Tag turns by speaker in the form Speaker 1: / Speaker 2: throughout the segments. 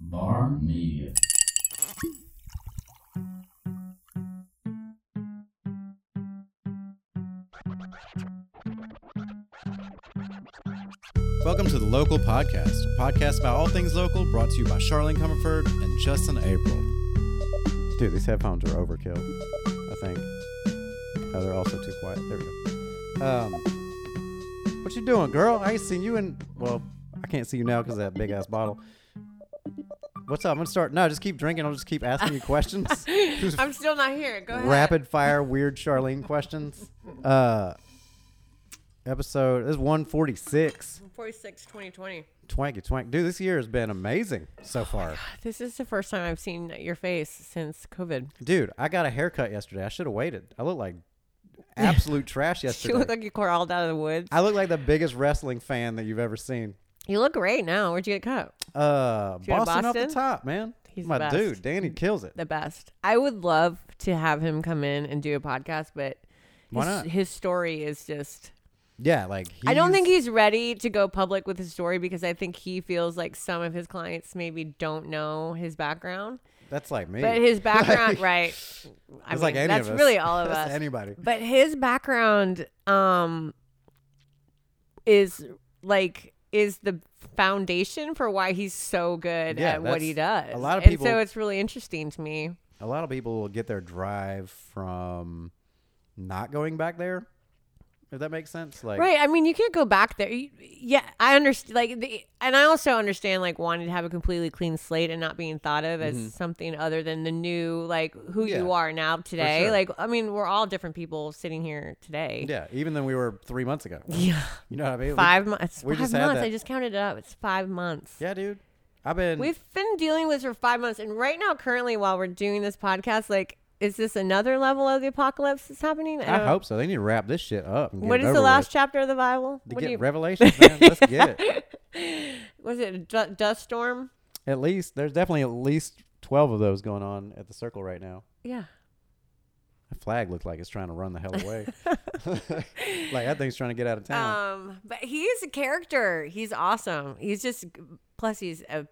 Speaker 1: Bar Media.
Speaker 2: Welcome to the Local Podcast, a podcast about all things local brought to you by Charlene Comerford and Justin April. Dude, these headphones are overkill, I think. Oh, they're also too quiet. There we go. Um, what you doing, girl? I ain't seen you in, well, I can't see you now because of that big ass bottle. What's up? I'm going to start. No, just keep drinking. I'll just keep asking you questions. Just
Speaker 3: I'm still not here. Go ahead.
Speaker 2: rapid fire weird Charlene questions. Uh, episode, this is 146.
Speaker 3: 46 2020.
Speaker 2: Twanky twank. Dude, this year has been amazing so far.
Speaker 3: This is the first time I've seen your face since COVID.
Speaker 2: Dude, I got a haircut yesterday. I should have waited. I look like absolute trash yesterday.
Speaker 3: You look like you crawled out of the woods.
Speaker 2: I look like the biggest wrestling fan that you've ever seen.
Speaker 3: You look great now. Where'd you get cut?
Speaker 2: Uh, Boston,
Speaker 3: you go to
Speaker 2: off the
Speaker 3: Boston?
Speaker 2: top, man.
Speaker 3: He's
Speaker 2: My
Speaker 3: the best.
Speaker 2: dude, Danny kills it.
Speaker 3: The best. I would love to have him come in and do a podcast, but
Speaker 2: Why
Speaker 3: his,
Speaker 2: not?
Speaker 3: his story is just.
Speaker 2: Yeah, like he's,
Speaker 3: I don't think he's ready to go public with his story because I think he feels like some of his clients maybe don't know his background.
Speaker 2: that's like me.
Speaker 3: But his background,
Speaker 2: Like,
Speaker 3: right? I
Speaker 2: That's like
Speaker 3: mean,
Speaker 2: any of
Speaker 3: that's
Speaker 2: us.
Speaker 3: really all of
Speaker 2: That's
Speaker 3: us.
Speaker 2: Anybody.
Speaker 3: But his background um is like is the foundation for why he's so good
Speaker 2: Yeah,
Speaker 3: at what he
Speaker 2: that's-
Speaker 3: does.
Speaker 2: a lot of
Speaker 3: and
Speaker 2: people-
Speaker 3: so it's really interesting to me.
Speaker 2: A lot of people will get their drive from not going back there. If that makes sense, like
Speaker 3: Right. I mean, you can't go back there. You- Yeah, I understand. Like, the, and I also understand like wanting to have a completely clean slate and not being thought of as something other than the new like who
Speaker 2: Mm-hmm. Yeah,
Speaker 3: you are now today.
Speaker 2: sure.
Speaker 3: Like, I mean, we're all different people sitting here today.
Speaker 2: yeah, even than we were three months ago.
Speaker 3: Yeah.
Speaker 2: You know what I mean? We-
Speaker 3: Five months.
Speaker 2: we
Speaker 3: Five
Speaker 2: just
Speaker 3: months.
Speaker 2: had that.
Speaker 3: I just counted it up. It's five months.
Speaker 2: Yeah, dude. I've been.
Speaker 3: We've been dealing with this for five months, and right now, currently, while we're doing this podcast, like, is this another level of the apocalypse that's happening?
Speaker 2: I
Speaker 3: don't-
Speaker 2: hope so. They need to wrap this shit up. And
Speaker 3: What
Speaker 2: get it
Speaker 3: is the
Speaker 2: over
Speaker 3: last
Speaker 2: with.
Speaker 3: chapter of the Bible?
Speaker 2: To
Speaker 3: What do
Speaker 2: get
Speaker 3: you-
Speaker 2: revelations, man. Let's get it.
Speaker 3: was it a du- dust storm?
Speaker 2: At least there's definitely at least twelve of those going on at the circle right now.
Speaker 3: Yeah.
Speaker 2: The flag looked like it's trying to run the hell away. like that thing's trying to get out of town.
Speaker 3: Um, but he's a character. He's awesome. He's just plus he's a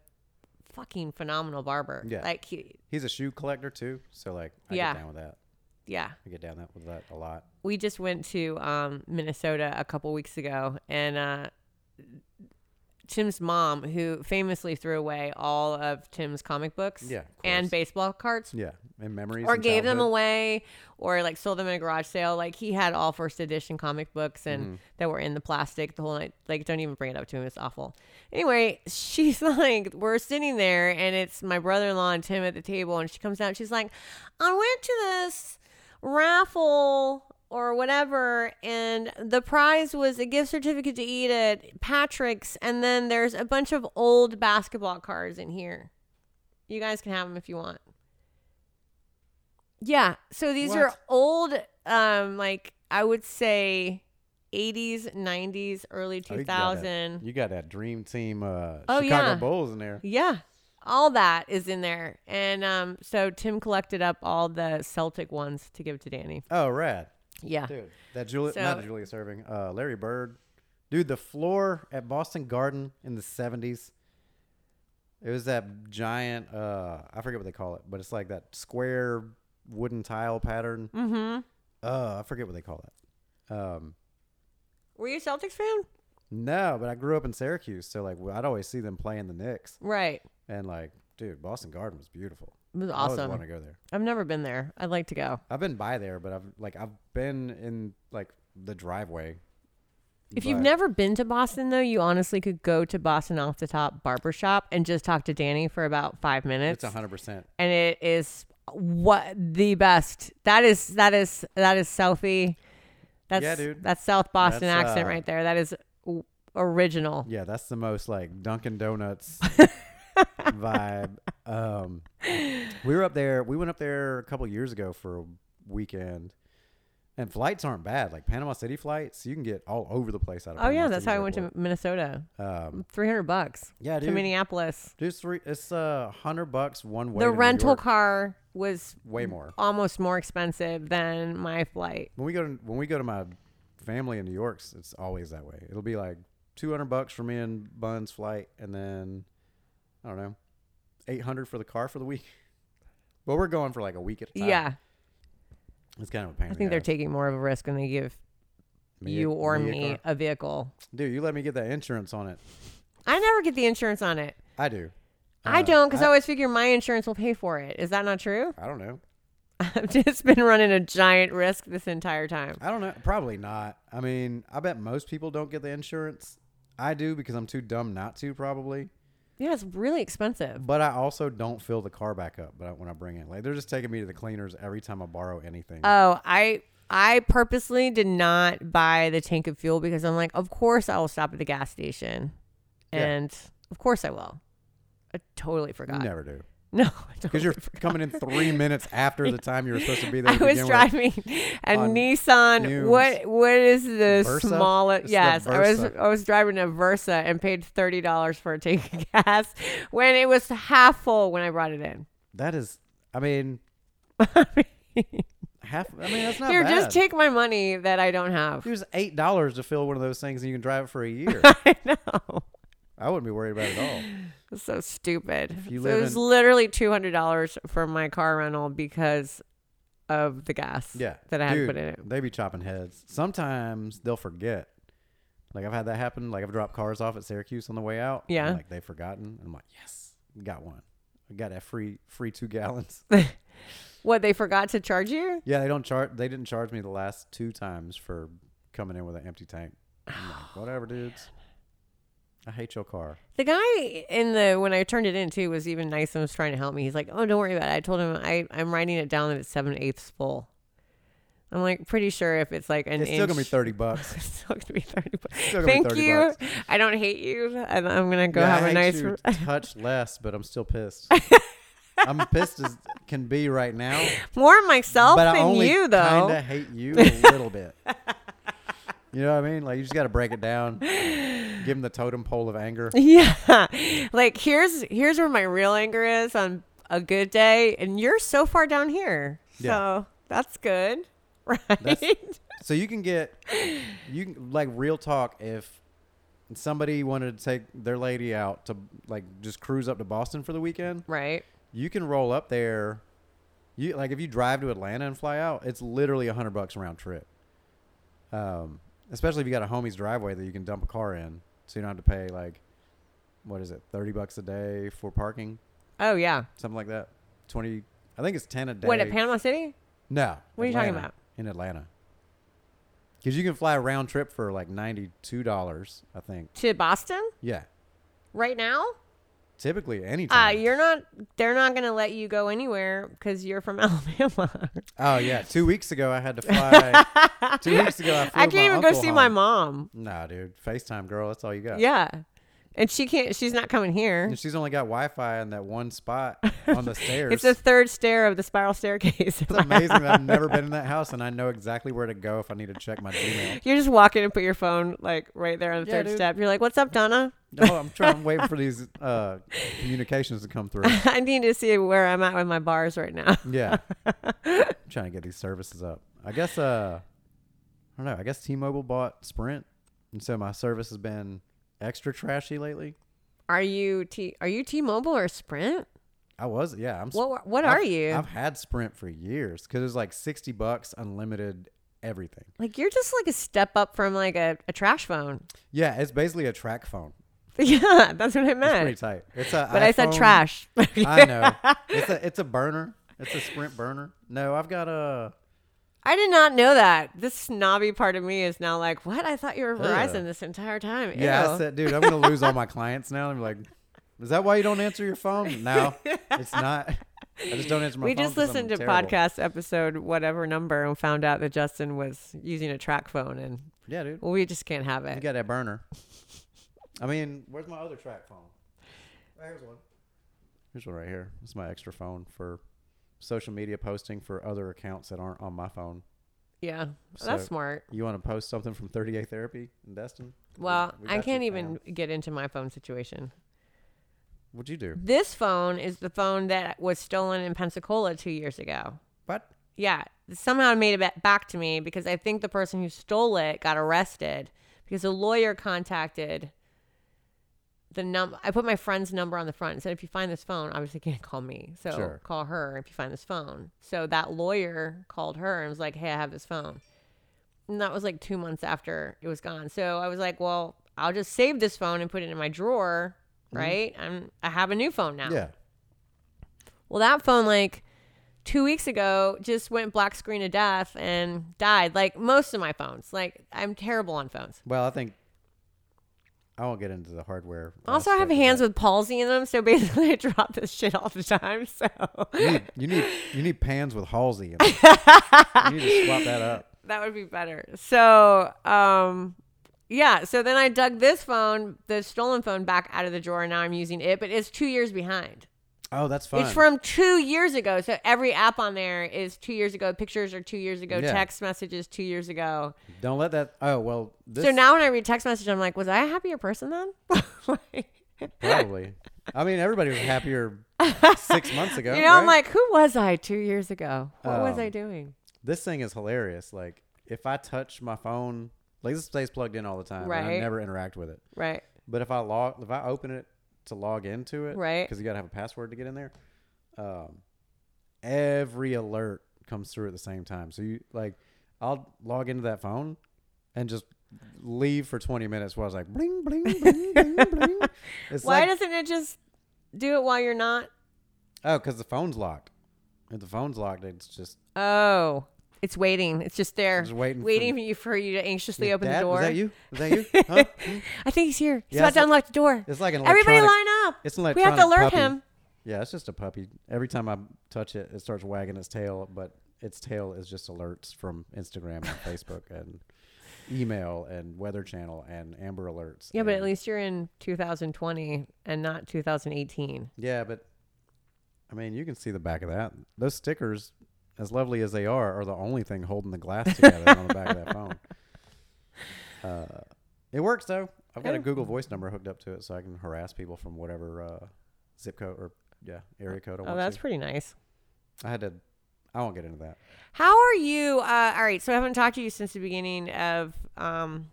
Speaker 3: fucking phenomenal barber.
Speaker 2: Yeah.
Speaker 3: Like he,
Speaker 2: He's a shoe collector too, so like I
Speaker 3: Yeah.
Speaker 2: get down with that.
Speaker 3: yeah.
Speaker 2: I get down that with that a lot.
Speaker 3: we just went to um, Minnesota a couple weeks ago, and uh, Tim's mom, who famously threw away all of Tim's comic books
Speaker 2: Yeah, of course.
Speaker 3: and baseball cards,
Speaker 2: Yeah, and memories.
Speaker 3: or
Speaker 2: and
Speaker 3: gave them
Speaker 2: childhood.
Speaker 3: away, or like sold them in a garage sale. Like he had all first edition comic books and that were in the plastic the whole night. Like don't even bring it up to him; it's awful. Anyway, she's like, we're sitting there, and it's my brother-in-law and Tim at the table, and she comes out, and she's like, I went to this raffle or whatever and the prize was a gift certificate to eat at Patrick's and then there's a bunch of old basketball cards in here. You guys can have them if you want. Yeah, so these are
Speaker 2: What?
Speaker 3: old um like I would say 80s, 90s, early
Speaker 2: Oh, you got that-
Speaker 3: 2000.
Speaker 2: You got that dream team uh,
Speaker 3: Oh,
Speaker 2: Chicago
Speaker 3: yeah.
Speaker 2: Bulls in there.
Speaker 3: Yeah. All that is in there. And um so Tim collected up all the Celtic ones to give to Danny.
Speaker 2: Oh, rad.
Speaker 3: Yeah.
Speaker 2: Dude, that Julia, not
Speaker 3: So-
Speaker 2: Julia Serving, uh, Larry Bird. Dude, the floor at Boston Garden in the 70s. It was that giant, uh, I forget what they call it, but it's like that square wooden tile pattern.
Speaker 3: Mhm.
Speaker 2: Uh, I forget what they call that. Um,
Speaker 3: Were you a Celtics fan?
Speaker 2: no, but I grew up in Syracuse, so like I'd always see them playing the Knicks,
Speaker 3: Right.
Speaker 2: and like, dude, Boston Garden was beautiful.
Speaker 3: It was
Speaker 2: I always
Speaker 3: awesome.
Speaker 2: want to go there.
Speaker 3: I've never been there. I'd like to go.
Speaker 2: I've been by there, but I've like I've been in like the driveway.
Speaker 3: If you've
Speaker 2: but-
Speaker 3: never been to Boston, though, you honestly could go to Boston Off the Top Barber Shop and just talk to Danny for about five minutes.
Speaker 2: it's hundred percent.
Speaker 3: and it is what the best. That is, that is, that is selfie. That's,
Speaker 2: Yeah, dude.
Speaker 3: That's South Boston
Speaker 2: That's,
Speaker 3: accent
Speaker 2: uh,
Speaker 3: right there. That is w- original.
Speaker 2: Yeah, that's the most like Dunkin' Donuts vibe. Um, we were up there. We went up there a couple years ago for a weekend, and flights aren't bad. Like Panama City flights, you can get all over the place out of.
Speaker 3: Oh, yeah.
Speaker 2: Panama
Speaker 3: That's
Speaker 2: City
Speaker 3: how I went to
Speaker 2: Airport.
Speaker 3: Minnesota.
Speaker 2: Um,
Speaker 3: 300 bucks
Speaker 2: yeah,
Speaker 3: to
Speaker 2: dude.
Speaker 3: Minneapolis.
Speaker 2: Dude, it's three, it's uh, hundred bucks one way.
Speaker 3: The
Speaker 2: to New
Speaker 3: rental
Speaker 2: York.
Speaker 3: car was
Speaker 2: Way more.
Speaker 3: almost more expensive than my flight.
Speaker 2: When we go to when we go to my family in New York, it's always that way. It'll be like two hundred bucks for me and Bun's flight, and then I don't know, eight hundred for the car for the week. But we're going for like a week at a time.
Speaker 3: yeah.
Speaker 2: it's kind of a pain.
Speaker 3: I think they're taking more of a risk when they give you or me,
Speaker 2: a car.
Speaker 3: a vehicle.
Speaker 2: Dude, you let me get that insurance on it.
Speaker 3: I never get the insurance on it.
Speaker 2: I do.
Speaker 3: I
Speaker 2: Uh,
Speaker 3: don't because I,
Speaker 2: I-
Speaker 3: always figure my insurance will pay for it. Is that not true?
Speaker 2: I don't know.
Speaker 3: I've just been running a giant risk this entire time.
Speaker 2: I don't know. Probably not. I mean, I bet most people don't get the insurance. I do because I'm too dumb not to, probably.
Speaker 3: Yeah, it's really expensive.
Speaker 2: But I also don't fill the car back up. But I- when I bring it, like they're just taking me to the cleaners every time I borrow anything.
Speaker 3: Oh, I I purposely did not buy the tank of fuel because I'm like, of course I will stop at the gas station,
Speaker 2: Yeah.
Speaker 3: and of course I will. I totally
Speaker 2: you
Speaker 3: forgot.
Speaker 2: never do
Speaker 3: No, I
Speaker 2: because
Speaker 3: totally
Speaker 2: you're
Speaker 3: forgot.
Speaker 2: coming in three minutes after the time you were supposed to be there.
Speaker 3: I
Speaker 2: to
Speaker 3: was
Speaker 2: begin with.
Speaker 3: driving a
Speaker 2: on
Speaker 3: Nissan.
Speaker 2: fumes.
Speaker 3: What what is the
Speaker 2: Versa?
Speaker 3: smallest?
Speaker 2: It's the
Speaker 3: Yes, I was
Speaker 2: Versa.
Speaker 3: I was driving a Versa and paid thirty dollars for a tank of gas when it was half full when I brought it in.
Speaker 2: That is, I mean, half. I mean, that's not
Speaker 3: Here,
Speaker 2: bad.
Speaker 3: just take my money that I don't have.
Speaker 2: Use eight dollars to fill one of those things, and you can drive it for a year.
Speaker 3: I know.
Speaker 2: I wouldn't be worried about it at all.
Speaker 3: It's so stupid.
Speaker 2: If you
Speaker 3: So
Speaker 2: live
Speaker 3: it was
Speaker 2: in-
Speaker 3: literally two hundred dollars for my car rental because of the gas.
Speaker 2: Yeah,
Speaker 3: That I had to
Speaker 2: Dude,
Speaker 3: put in it.
Speaker 2: They be chopping heads. Sometimes they'll forget. Like I've had that happen. Like I've dropped cars off at Syracuse on the way out. and,
Speaker 3: Yeah.
Speaker 2: like they've forgotten. I'm like, yes, got one. I got that free free two gallons.
Speaker 3: What they forgot to charge you?
Speaker 2: yeah, they don't charge. They didn't charge me the last two times for coming in with an empty tank. I'm like,
Speaker 3: Oh,
Speaker 2: whatever, dudes. I hate your car.
Speaker 3: The guy in the when I turned it in too was even nice and was trying to help me. He's like, "Oh, don't worry about it." I told him I I'm writing it down that it's seven eighths full. I'm like pretty sure if it's like an
Speaker 2: it's still gonna be
Speaker 3: inch-
Speaker 2: thirty bucks.
Speaker 3: it's still gonna be thirty. bucks.
Speaker 2: It's still gonna
Speaker 3: Thank
Speaker 2: be 30
Speaker 3: you.
Speaker 2: Bucks.
Speaker 3: I don't hate you. I'm, I'm gonna go
Speaker 2: Yeah, I
Speaker 3: have a
Speaker 2: hate
Speaker 3: nice.
Speaker 2: you touch less, but I'm still pissed. I'm pissed as can be right now.
Speaker 3: More myself
Speaker 2: but
Speaker 3: than
Speaker 2: I only
Speaker 3: you though.
Speaker 2: Kinda hate you a little bit. You know what I mean? Like you just got to break it down. Give him the totem pole of anger.
Speaker 3: Yeah. Like here's here's where my real anger is on a good day and you're so far down here.
Speaker 2: Yeah.
Speaker 3: So that's good. Right?
Speaker 2: So you can get you can, like real talk if somebody wanted to take their lady out to like just cruise up to Boston for the weekend,
Speaker 3: right.
Speaker 2: you can roll up there. You like if you drive to Atlanta and fly out, it's literally a hundred bucks round trip. Um, especially if you got a homie's driveway that you can dump a car in, so you don't have to pay like what is it, thirty bucks a day for parking,
Speaker 3: Oh yeah.
Speaker 2: something like that. Twenty, I think it's ten a day.
Speaker 3: What at Panama City?
Speaker 2: no,
Speaker 3: What are you talking
Speaker 2: Atlanta,
Speaker 3: about?
Speaker 2: In Atlanta, because you can fly a round trip for like ninety two dollars, I think.
Speaker 3: To Boston?
Speaker 2: Yeah,
Speaker 3: Right now?
Speaker 2: typically anytime.
Speaker 3: Uh, you're not they're not gonna let you go anywhere because you're from Alabama.
Speaker 2: oh yeah, two weeks ago I had to fly. two weeks ago I, flew
Speaker 3: I can't
Speaker 2: my
Speaker 3: even go
Speaker 2: uncle
Speaker 3: see my
Speaker 2: home.
Speaker 3: mom.
Speaker 2: Nah, dude. FaceTime girl, that's all you got.
Speaker 3: Yeah. And she can't she's not coming here.
Speaker 2: And she's only got Wi Fi in that one spot on the stairs.
Speaker 3: It's the third stair of the spiral staircase.
Speaker 2: It's amazing that I've never been in that house and I know exactly where to go if I need to check my Gmail.
Speaker 3: You're just walking and put your phone like right there on the
Speaker 2: Yeah,
Speaker 3: third
Speaker 2: dude.
Speaker 3: step. You're like, "What's up, Donna?
Speaker 2: Oh, I'm trying I'm waiting for these uh, communications to come through.
Speaker 3: I need to see where I'm at with my bars right now."
Speaker 2: Yeah. I'm trying to get these services up. I guess uh I don't know, I guess T Mobile bought Sprint and so my service has been extra trashy lately.
Speaker 3: Are you T? Are you T-Mobile or Sprint?
Speaker 2: I was yeah, I'm
Speaker 3: What What
Speaker 2: I've-
Speaker 3: are you?
Speaker 2: I've had Sprint for years because it was like sixty bucks unlimited everything.
Speaker 3: like you're just like a step up from like a, a trash phone.
Speaker 2: Yeah, it's basically a track phone.
Speaker 3: yeah, that's what I
Speaker 2: It's pretty
Speaker 3: meant.
Speaker 2: tight. It's a
Speaker 3: But I said
Speaker 2: iPhone-
Speaker 3: trash.
Speaker 2: I know. It's a it's a burner. It's a sprint burner. No, I've got a
Speaker 3: I did not know that. This snobby part of me is now like, what? I thought you were
Speaker 2: Yeah.
Speaker 3: Verizon this entire time.
Speaker 2: yeah. I
Speaker 3: Ew.
Speaker 2: said, dude, I'm gonna lose all my clients now. I'm like, is that why you don't answer your phone? No, it's not. I just don't answer my
Speaker 3: we
Speaker 2: phone.
Speaker 3: just
Speaker 2: 'cause I'm
Speaker 3: listened to
Speaker 2: terrible.
Speaker 3: podcast episode whatever number and found out that Justin was using a track phone and
Speaker 2: Yeah, dude,
Speaker 3: well, we just can't have
Speaker 2: you
Speaker 3: it.
Speaker 2: got that burner. I mean, where's my other track phone? Right, here's one. Here's one right here. It's my extra phone for social media posting for other accounts that aren't on my phone.
Speaker 3: Yeah,
Speaker 2: So-
Speaker 3: that's smart.
Speaker 2: You want to post something from 38 Therapy in Destin? We-
Speaker 3: Well,
Speaker 2: we got
Speaker 3: I
Speaker 2: you, fam.
Speaker 3: can't even get into my phone situation.
Speaker 2: What'd you do?
Speaker 3: This phone is the phone that was stolen in Pensacola two years ago.
Speaker 2: What?
Speaker 3: Yeah, somehow it made it ba- back to me because I think the person who stole it got arrested because a lawyer contacted the num I put my friend's number on the front and said, if you find this phone, obviously you can't call me. So
Speaker 2: Sure.
Speaker 3: call her if you find this phone. So that lawyer called her and was like, Hey, I have this phone. And that was like two months after it was gone. So I was like, Well, I'll just save this phone and put it in my drawer, right? I'm I have a new phone now.
Speaker 2: Yeah.
Speaker 3: Well, that phone like two weeks ago just went black screen of death and died. Like most of my phones. Like I'm terrible on phones.
Speaker 2: Well, I think I won't get into the hardware.
Speaker 3: Also, I have
Speaker 2: aspect of
Speaker 3: hands with palsy in them, so basically, I drop this shit all the time. So
Speaker 2: that. You need, you need you need pans with Halsey. In them. you need to swap that up.
Speaker 3: that would be better. So, um, yeah. So then I dug this phone, the stolen phone, back out of the drawer, and now I'm using it, but it's two years behind.
Speaker 2: Oh, that's fun.
Speaker 3: It's from two years ago. So every app on there is two years ago. Pictures are two years ago.
Speaker 2: Yeah.
Speaker 3: Text messages two years ago.
Speaker 2: Don't let that. Oh well. This
Speaker 3: so now when I read text message, I'm like, was I a happier person then? Like-
Speaker 2: probably. I mean, everybody was happier six months ago.
Speaker 3: you know, I'm
Speaker 2: right?
Speaker 3: like, who was I two years ago? What was I
Speaker 2: Um,
Speaker 3: doing?
Speaker 2: this thing is hilarious. Like if I touch my phone, like this stays plugged in all the time, and I
Speaker 3: Right.
Speaker 2: never interact with it.
Speaker 3: Right.
Speaker 2: But if I log, if I open it to log into it,
Speaker 3: Right.
Speaker 2: Because you gotta have a password to get in there. Um, every alert comes through at the same time. So you like, I'll log into that phone and just leave for twenty minutes while I was like bling bling bling bling bling. It's
Speaker 3: Why
Speaker 2: like
Speaker 3: doesn't it just do it while you're not?
Speaker 2: oh, because the phone's locked. If the phone's locked, it's just
Speaker 3: Oh, it's waiting. It's just there,
Speaker 2: Just waiting for-
Speaker 3: waiting for you, for you to anxiously open
Speaker 2: Dad,
Speaker 3: the door.
Speaker 2: Was that you? Was that you? Huh?
Speaker 3: I think he's here. He's
Speaker 2: Yeah,
Speaker 3: about
Speaker 2: it's like-
Speaker 3: to unlock the door.
Speaker 2: It's like an
Speaker 3: Everybody
Speaker 2: electronic-
Speaker 3: line up.
Speaker 2: It's an electronic
Speaker 3: we have to alert
Speaker 2: puppy.
Speaker 3: him.
Speaker 2: Yeah, it's just a puppy. Every time I touch it, it starts wagging its tail, but its tail is just alerts from Instagram and Facebook and email and Weather Channel and Amber Alerts.
Speaker 3: Yeah, but at
Speaker 2: and-
Speaker 3: least you're in 2020 and not 2018.
Speaker 2: Yeah, but I mean, you can see the back of that. Those stickers, as lovely as they are, are the only thing holding the glass together on the back of that phone. Uh, it works though. I've got a
Speaker 3: Yeah.
Speaker 2: Google Voice number hooked up to it, so I can harass people from whatever uh, zip code or yeah area code I
Speaker 3: oh,
Speaker 2: want
Speaker 3: that's
Speaker 2: to.
Speaker 3: pretty nice.
Speaker 2: I had to. I won't get into that.
Speaker 3: How are you? Uh, all right, so I haven't talked to you since the beginning of um,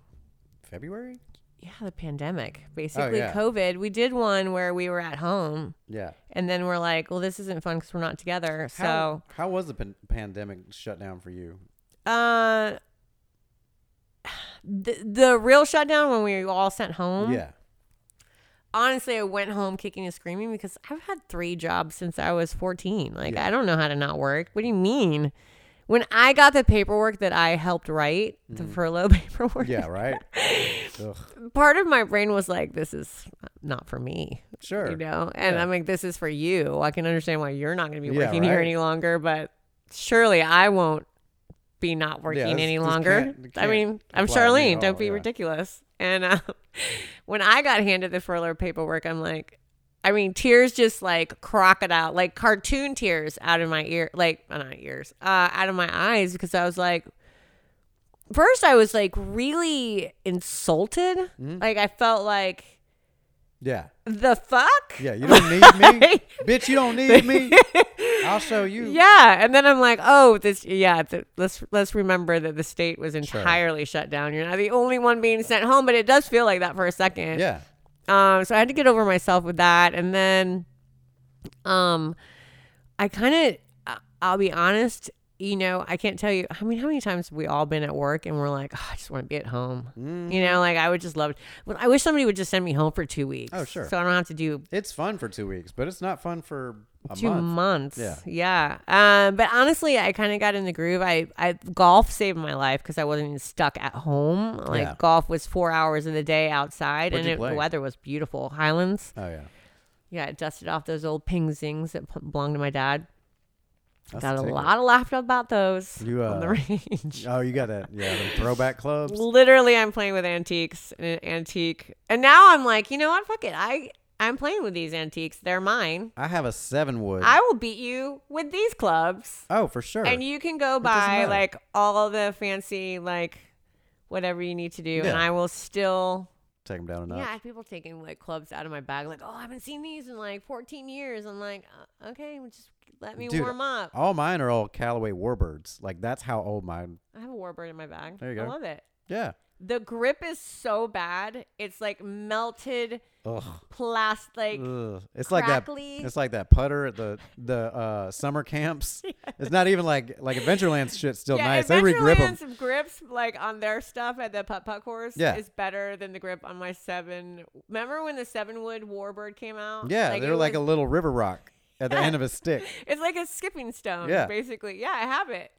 Speaker 2: February?
Speaker 3: yeah the pandemic. Basically,
Speaker 2: Oh, yeah.
Speaker 3: COVID. We did one where we were at home,
Speaker 2: Yeah.
Speaker 3: and then we're like, well, this isn't fun because we're not together. So.
Speaker 2: How, how was the pan- pandemic shutdown for you?
Speaker 3: Uh, the, the real shutdown when we were all sent home.
Speaker 2: Yeah.
Speaker 3: Honestly, I went home kicking and screaming because I've had three jobs since I was 14. Like,
Speaker 2: Yeah.
Speaker 3: I don't know how to not work. What do you mean? When I got the paperwork that I helped write, the furlough
Speaker 2: Mm.
Speaker 3: paperwork,
Speaker 2: Yeah. Right. Ugh.
Speaker 3: part of my brain was like, this is not for me,
Speaker 2: Sure.
Speaker 3: you know? And
Speaker 2: Yeah.
Speaker 3: I'm like, this is for you. I can understand why you're not going to be
Speaker 2: Yeah,
Speaker 3: working here
Speaker 2: right.
Speaker 3: any longer, but surely I won't be not working
Speaker 2: this-
Speaker 3: any
Speaker 2: this
Speaker 3: longer.
Speaker 2: can't- it
Speaker 3: I mean,
Speaker 2: can't
Speaker 3: I'm
Speaker 2: apply to me
Speaker 3: Charlene.
Speaker 2: at
Speaker 3: Don't
Speaker 2: all,
Speaker 3: be
Speaker 2: yeah.
Speaker 3: ridiculous. And uh, when I got handed the furlough paperwork, I'm like, I mean, tears just like crocodile, like cartoon tears out of my ear, like uh, not ears, uh, out of my eyes because I was like, first I was like really insulted.
Speaker 2: Mm.
Speaker 3: Like I felt like
Speaker 2: Yeah.
Speaker 3: the fuck.
Speaker 2: Yeah. You don't need me, bitch. You don't need me. I'll show you.
Speaker 3: Yeah, and then I'm like, oh, this. Yeah, th- let's let's remember that the state was entirely shut down. You're not the only one being sent home, but it does feel like that for a second.
Speaker 2: Yeah.
Speaker 3: Um, so I had to get over myself with that, and then, um, I kind of, I'll be honest, you know, I can't tell you. I mean, how many times have we all been at work and we're like, oh, I just want to be at home.
Speaker 2: Mm-hmm.
Speaker 3: You know, like I would just love. Well, I wish somebody would just send me home for two weeks.
Speaker 2: Oh, sure.
Speaker 3: So I don't have to do
Speaker 2: It's fun for two weeks, but it's not fun for a
Speaker 3: two
Speaker 2: month.
Speaker 3: months.
Speaker 2: Yeah.
Speaker 3: Yeah. Um, but honestly, I kind of got in the groove. I, I golf saved my life because I wasn't even stuck at home. Like
Speaker 2: Yeah.
Speaker 3: golf was four hours of the day outside,
Speaker 2: What'd
Speaker 3: and
Speaker 2: you
Speaker 3: it,
Speaker 2: play?
Speaker 3: the weather was beautiful. Highlands.
Speaker 2: Oh yeah.
Speaker 3: Yeah, it dusted off those old ping zings that p- belonged to my dad.
Speaker 2: That's
Speaker 3: got
Speaker 2: the
Speaker 3: a
Speaker 2: ticket.
Speaker 3: lot of laughter about those
Speaker 2: You,
Speaker 3: on the
Speaker 2: uh,
Speaker 3: range.
Speaker 2: Oh, you got that. Yeah. The throwback clubs.
Speaker 3: Literally, I'm playing with antiques and an antique, and now I'm like, you know what? Fuck it. I I'm playing with these antiques. They're mine.
Speaker 2: I have a seven wood.
Speaker 3: I will beat you with these clubs.
Speaker 2: oh, for sure.
Speaker 3: And you can go
Speaker 2: doesn't
Speaker 3: buy
Speaker 2: matter.
Speaker 3: like all the fancy like whatever you need to do,
Speaker 2: Yeah.
Speaker 3: and I will still.
Speaker 2: Take them down a
Speaker 3: Yeah, I
Speaker 2: notch.
Speaker 3: have people taking like clubs out of my bag, like, oh, I haven't seen these in like 14 years. I'm like, "Uh, okay, well, just let me
Speaker 2: Dude,
Speaker 3: warm up.
Speaker 2: All mine are all Callaway Warbirds. Like that's how old mine.
Speaker 3: I have a warbird in my bag.
Speaker 2: There you
Speaker 3: I
Speaker 2: go.
Speaker 3: love it.
Speaker 2: Yeah.
Speaker 3: The grip is so bad. It's like melted
Speaker 2: Ugh.
Speaker 3: plastic.
Speaker 2: Ugh. It's like that.
Speaker 3: crackly.
Speaker 2: It's like that putter at the the uh, summer camps. It's not even like like Adventureland shit's still
Speaker 3: yeah,
Speaker 2: nice. They regrip them.
Speaker 3: Adventureland's grips like on their stuff at the putt putt course
Speaker 2: Yeah.
Speaker 3: is better than the grip on my seven. Remember when the seven wood warbird came out?
Speaker 2: Yeah,
Speaker 3: it
Speaker 2: they're like
Speaker 3: was-
Speaker 2: a little river rock at the end of a stick.
Speaker 3: It's like a skipping stone,
Speaker 2: Yeah.
Speaker 3: basically. Yeah, I have it.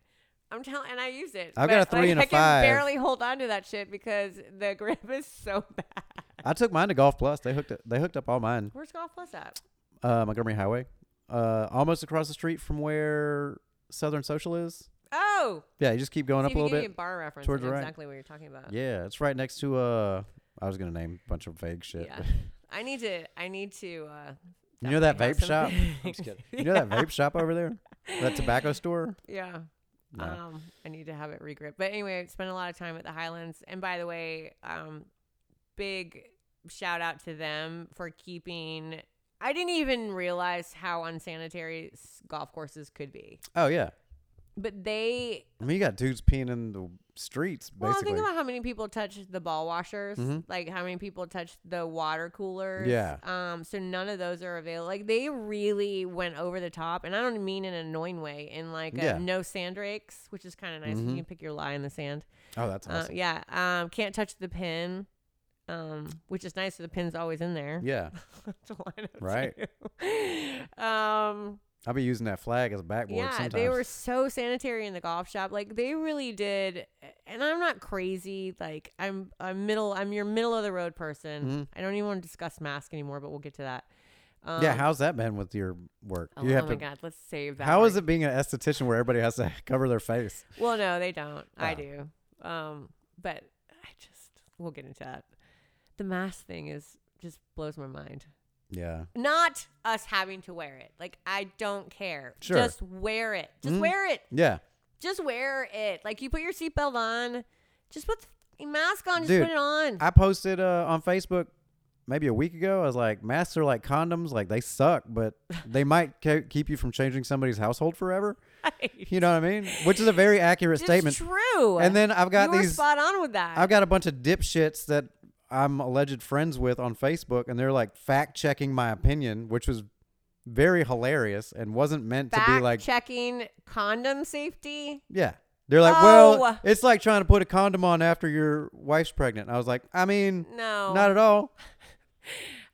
Speaker 3: I'm telling, and I use it.
Speaker 2: I've got
Speaker 3: but,
Speaker 2: a three
Speaker 3: like,
Speaker 2: and a
Speaker 3: I
Speaker 2: five.
Speaker 3: can barely hold on to that shit because the grip is so bad.
Speaker 2: I took mine to Golf Plus. They hooked it, they hooked up all mine.
Speaker 3: Where's Golf Plus at?
Speaker 2: Uh, Montgomery Highway, uh, almost across the street from where Southern Social is.
Speaker 3: Oh,
Speaker 2: Yeah, you just keep going up
Speaker 3: see
Speaker 2: a
Speaker 3: if you
Speaker 2: little
Speaker 3: give me
Speaker 2: bit.
Speaker 3: a bar reference.
Speaker 2: towards
Speaker 3: I know
Speaker 2: the right.
Speaker 3: exactly what you're talking about.
Speaker 2: Yeah, it's right next to uh I was gonna name a bunch of vague shit.
Speaker 3: Yeah.
Speaker 2: but-
Speaker 3: I need to. I need to. Uh,
Speaker 2: You know that
Speaker 3: definitely have
Speaker 2: vape
Speaker 3: some-
Speaker 2: shop? I'm just kidding. You know that vape shop over there? That tobacco store?
Speaker 3: Yeah.
Speaker 2: No.
Speaker 3: Um, I need to have it regrip. But anyway, I spent a lot of time at the Highlands. And by the way, um, big shout out to them for keeping. I didn't even realize how unsanitary s- golf courses could be.
Speaker 2: oh yeah.
Speaker 3: But they,
Speaker 2: I mean you got dudes peeing in the streets
Speaker 3: well,
Speaker 2: basically.
Speaker 3: think about how many people touch the ball washers,
Speaker 2: Mhm.
Speaker 3: like how many people touch the water coolers.
Speaker 2: Yeah.
Speaker 3: Um, so none of those are available. Like they really went over the top, and I don't mean in an annoying way. In like a
Speaker 2: Yeah.
Speaker 3: no sand rakes, which is kind of nice.
Speaker 2: Mhm.
Speaker 3: You can pick your lie in the sand.
Speaker 2: oh that's
Speaker 3: Uh,
Speaker 2: awesome.
Speaker 3: yeah. Um, can't touch the pin, um, which is nice. So the pin's always in there.
Speaker 2: yeah.
Speaker 3: It's a lineup
Speaker 2: Right.
Speaker 3: too. um,
Speaker 2: I'll be using that flag as a backboard
Speaker 3: yeah,
Speaker 2: sometimes.
Speaker 3: they were so sanitary in the golf shop. Like they really did. And I'm not crazy. Like I'm a middle. I'm your middle of the road person.
Speaker 2: Mhm.
Speaker 3: I don't even want to discuss mask anymore, but we'll get to that. Um,
Speaker 2: yeah, how's that been with your work?
Speaker 3: Oh,
Speaker 2: you
Speaker 3: oh
Speaker 2: have
Speaker 3: my
Speaker 2: to
Speaker 3: god, let's save that.
Speaker 2: How is
Speaker 3: one.
Speaker 2: it being an esthetician where everybody has to cover their face?
Speaker 3: Well, no, they don't. I
Speaker 2: Oh.
Speaker 3: do. Um, but I just we'll get into that. The mask thing is just blows my mind.
Speaker 2: Yeah.
Speaker 3: Not us having to wear it. Like I don't care.
Speaker 2: Sure.
Speaker 3: Just wear it. Just
Speaker 2: Mhm.
Speaker 3: wear it.
Speaker 2: Yeah.
Speaker 3: Just wear it. Like you put your seatbelt on. Just put the f***ing mask on. Just
Speaker 2: Dude,
Speaker 3: put it on.
Speaker 2: I posted uh, on Facebook maybe a week ago. I was like, masks are like condoms, like they suck, but they might ke- keep you from changing somebody's household forever. You know what I mean? Which is a very accurate
Speaker 3: Just
Speaker 2: statement.
Speaker 3: True.
Speaker 2: And then I've got
Speaker 3: you were
Speaker 2: these.
Speaker 3: spot on with that.
Speaker 2: I've got a bunch of dipshits that I'm alleged friends with on Facebook, and they're like fact checking my opinion, which was very hilarious and wasn't meant to be
Speaker 3: Fact
Speaker 2: like,
Speaker 3: checking condom safety.
Speaker 2: yeah. They're like, well,
Speaker 3: Oh.
Speaker 2: it's like trying to put a condom on after your wife's pregnant. I was like, I mean,
Speaker 3: No.
Speaker 2: not at all.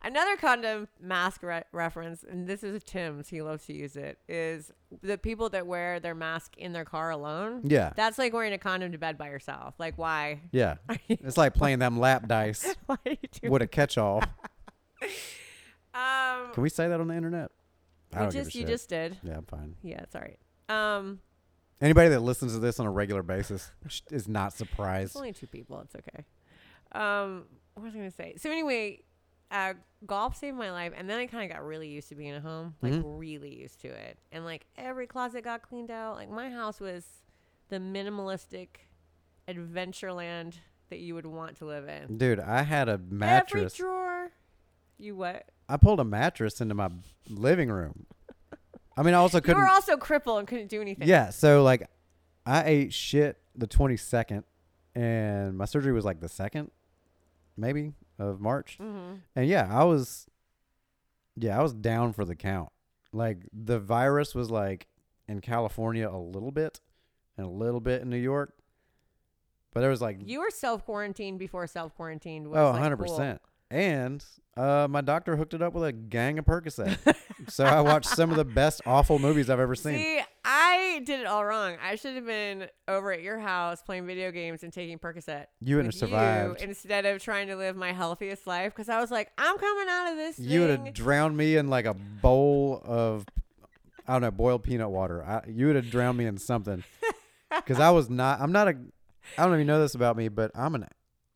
Speaker 3: Another condom mask re- reference, and this is Tim's, he loves to use it, is the people that wear their mask in their car alone.
Speaker 2: Yeah.
Speaker 3: That's like wearing a condom to bed by yourself. Like, why?
Speaker 2: Yeah. It's like playing them lap dice
Speaker 3: why do you do
Speaker 2: with a catch all.
Speaker 3: Um,
Speaker 2: Can we say that on the internet? I
Speaker 3: you
Speaker 2: don't give
Speaker 3: just,
Speaker 2: a
Speaker 3: you
Speaker 2: shit.
Speaker 3: just did.
Speaker 2: yeah, I'm fine.
Speaker 3: Yeah, it's all right. Um,
Speaker 2: Anybody that listens to this on a regular basis sh- is not surprised.
Speaker 3: it's only two people. It's okay. Um, what was I going to say? So, anyway, uh, golf saved my life. And then I kind of got really used to being at home, like,
Speaker 2: Mhm.
Speaker 3: really used to it. And, like, every closet got cleaned out. Like, my house was the minimalistic adventureland that you would want to live in.
Speaker 2: Dude, I had a
Speaker 3: Every
Speaker 2: mattress.
Speaker 3: drawer. You what?
Speaker 2: I pulled a mattress into my living room. I mean, I also
Speaker 3: You
Speaker 2: couldn't.
Speaker 3: were also crippled and couldn't do anything.
Speaker 2: yeah, so like, I ate shit the 22nd, and my surgery was like the second, maybe of March.
Speaker 3: Mm-hmm.
Speaker 2: And yeah, I was yeah, I was down for the count. Like the virus was like in California a little bit and a little bit in New York. But there was like
Speaker 3: You were self quarantined before self quarantined was.
Speaker 2: oh,
Speaker 3: like,
Speaker 2: 100%.
Speaker 3: cool.
Speaker 2: And uh, my doctor hooked it up with a gang of Percocet. so I watched some of the best awful movies I've ever seen.
Speaker 3: See, I did it all wrong. I should have been over at your house playing video games and taking Percocet.
Speaker 2: you wouldn't
Speaker 3: with
Speaker 2: have survived.
Speaker 3: You, instead of trying to live my healthiest life, because I was like, I'm coming out of this.
Speaker 2: You would
Speaker 3: thing.
Speaker 2: have drowned me in like a bowl of, I don't know, boiled peanut water. I, you would have drowned me in something. Because I was not, I'm not a, I don't even know this about me, but I'm an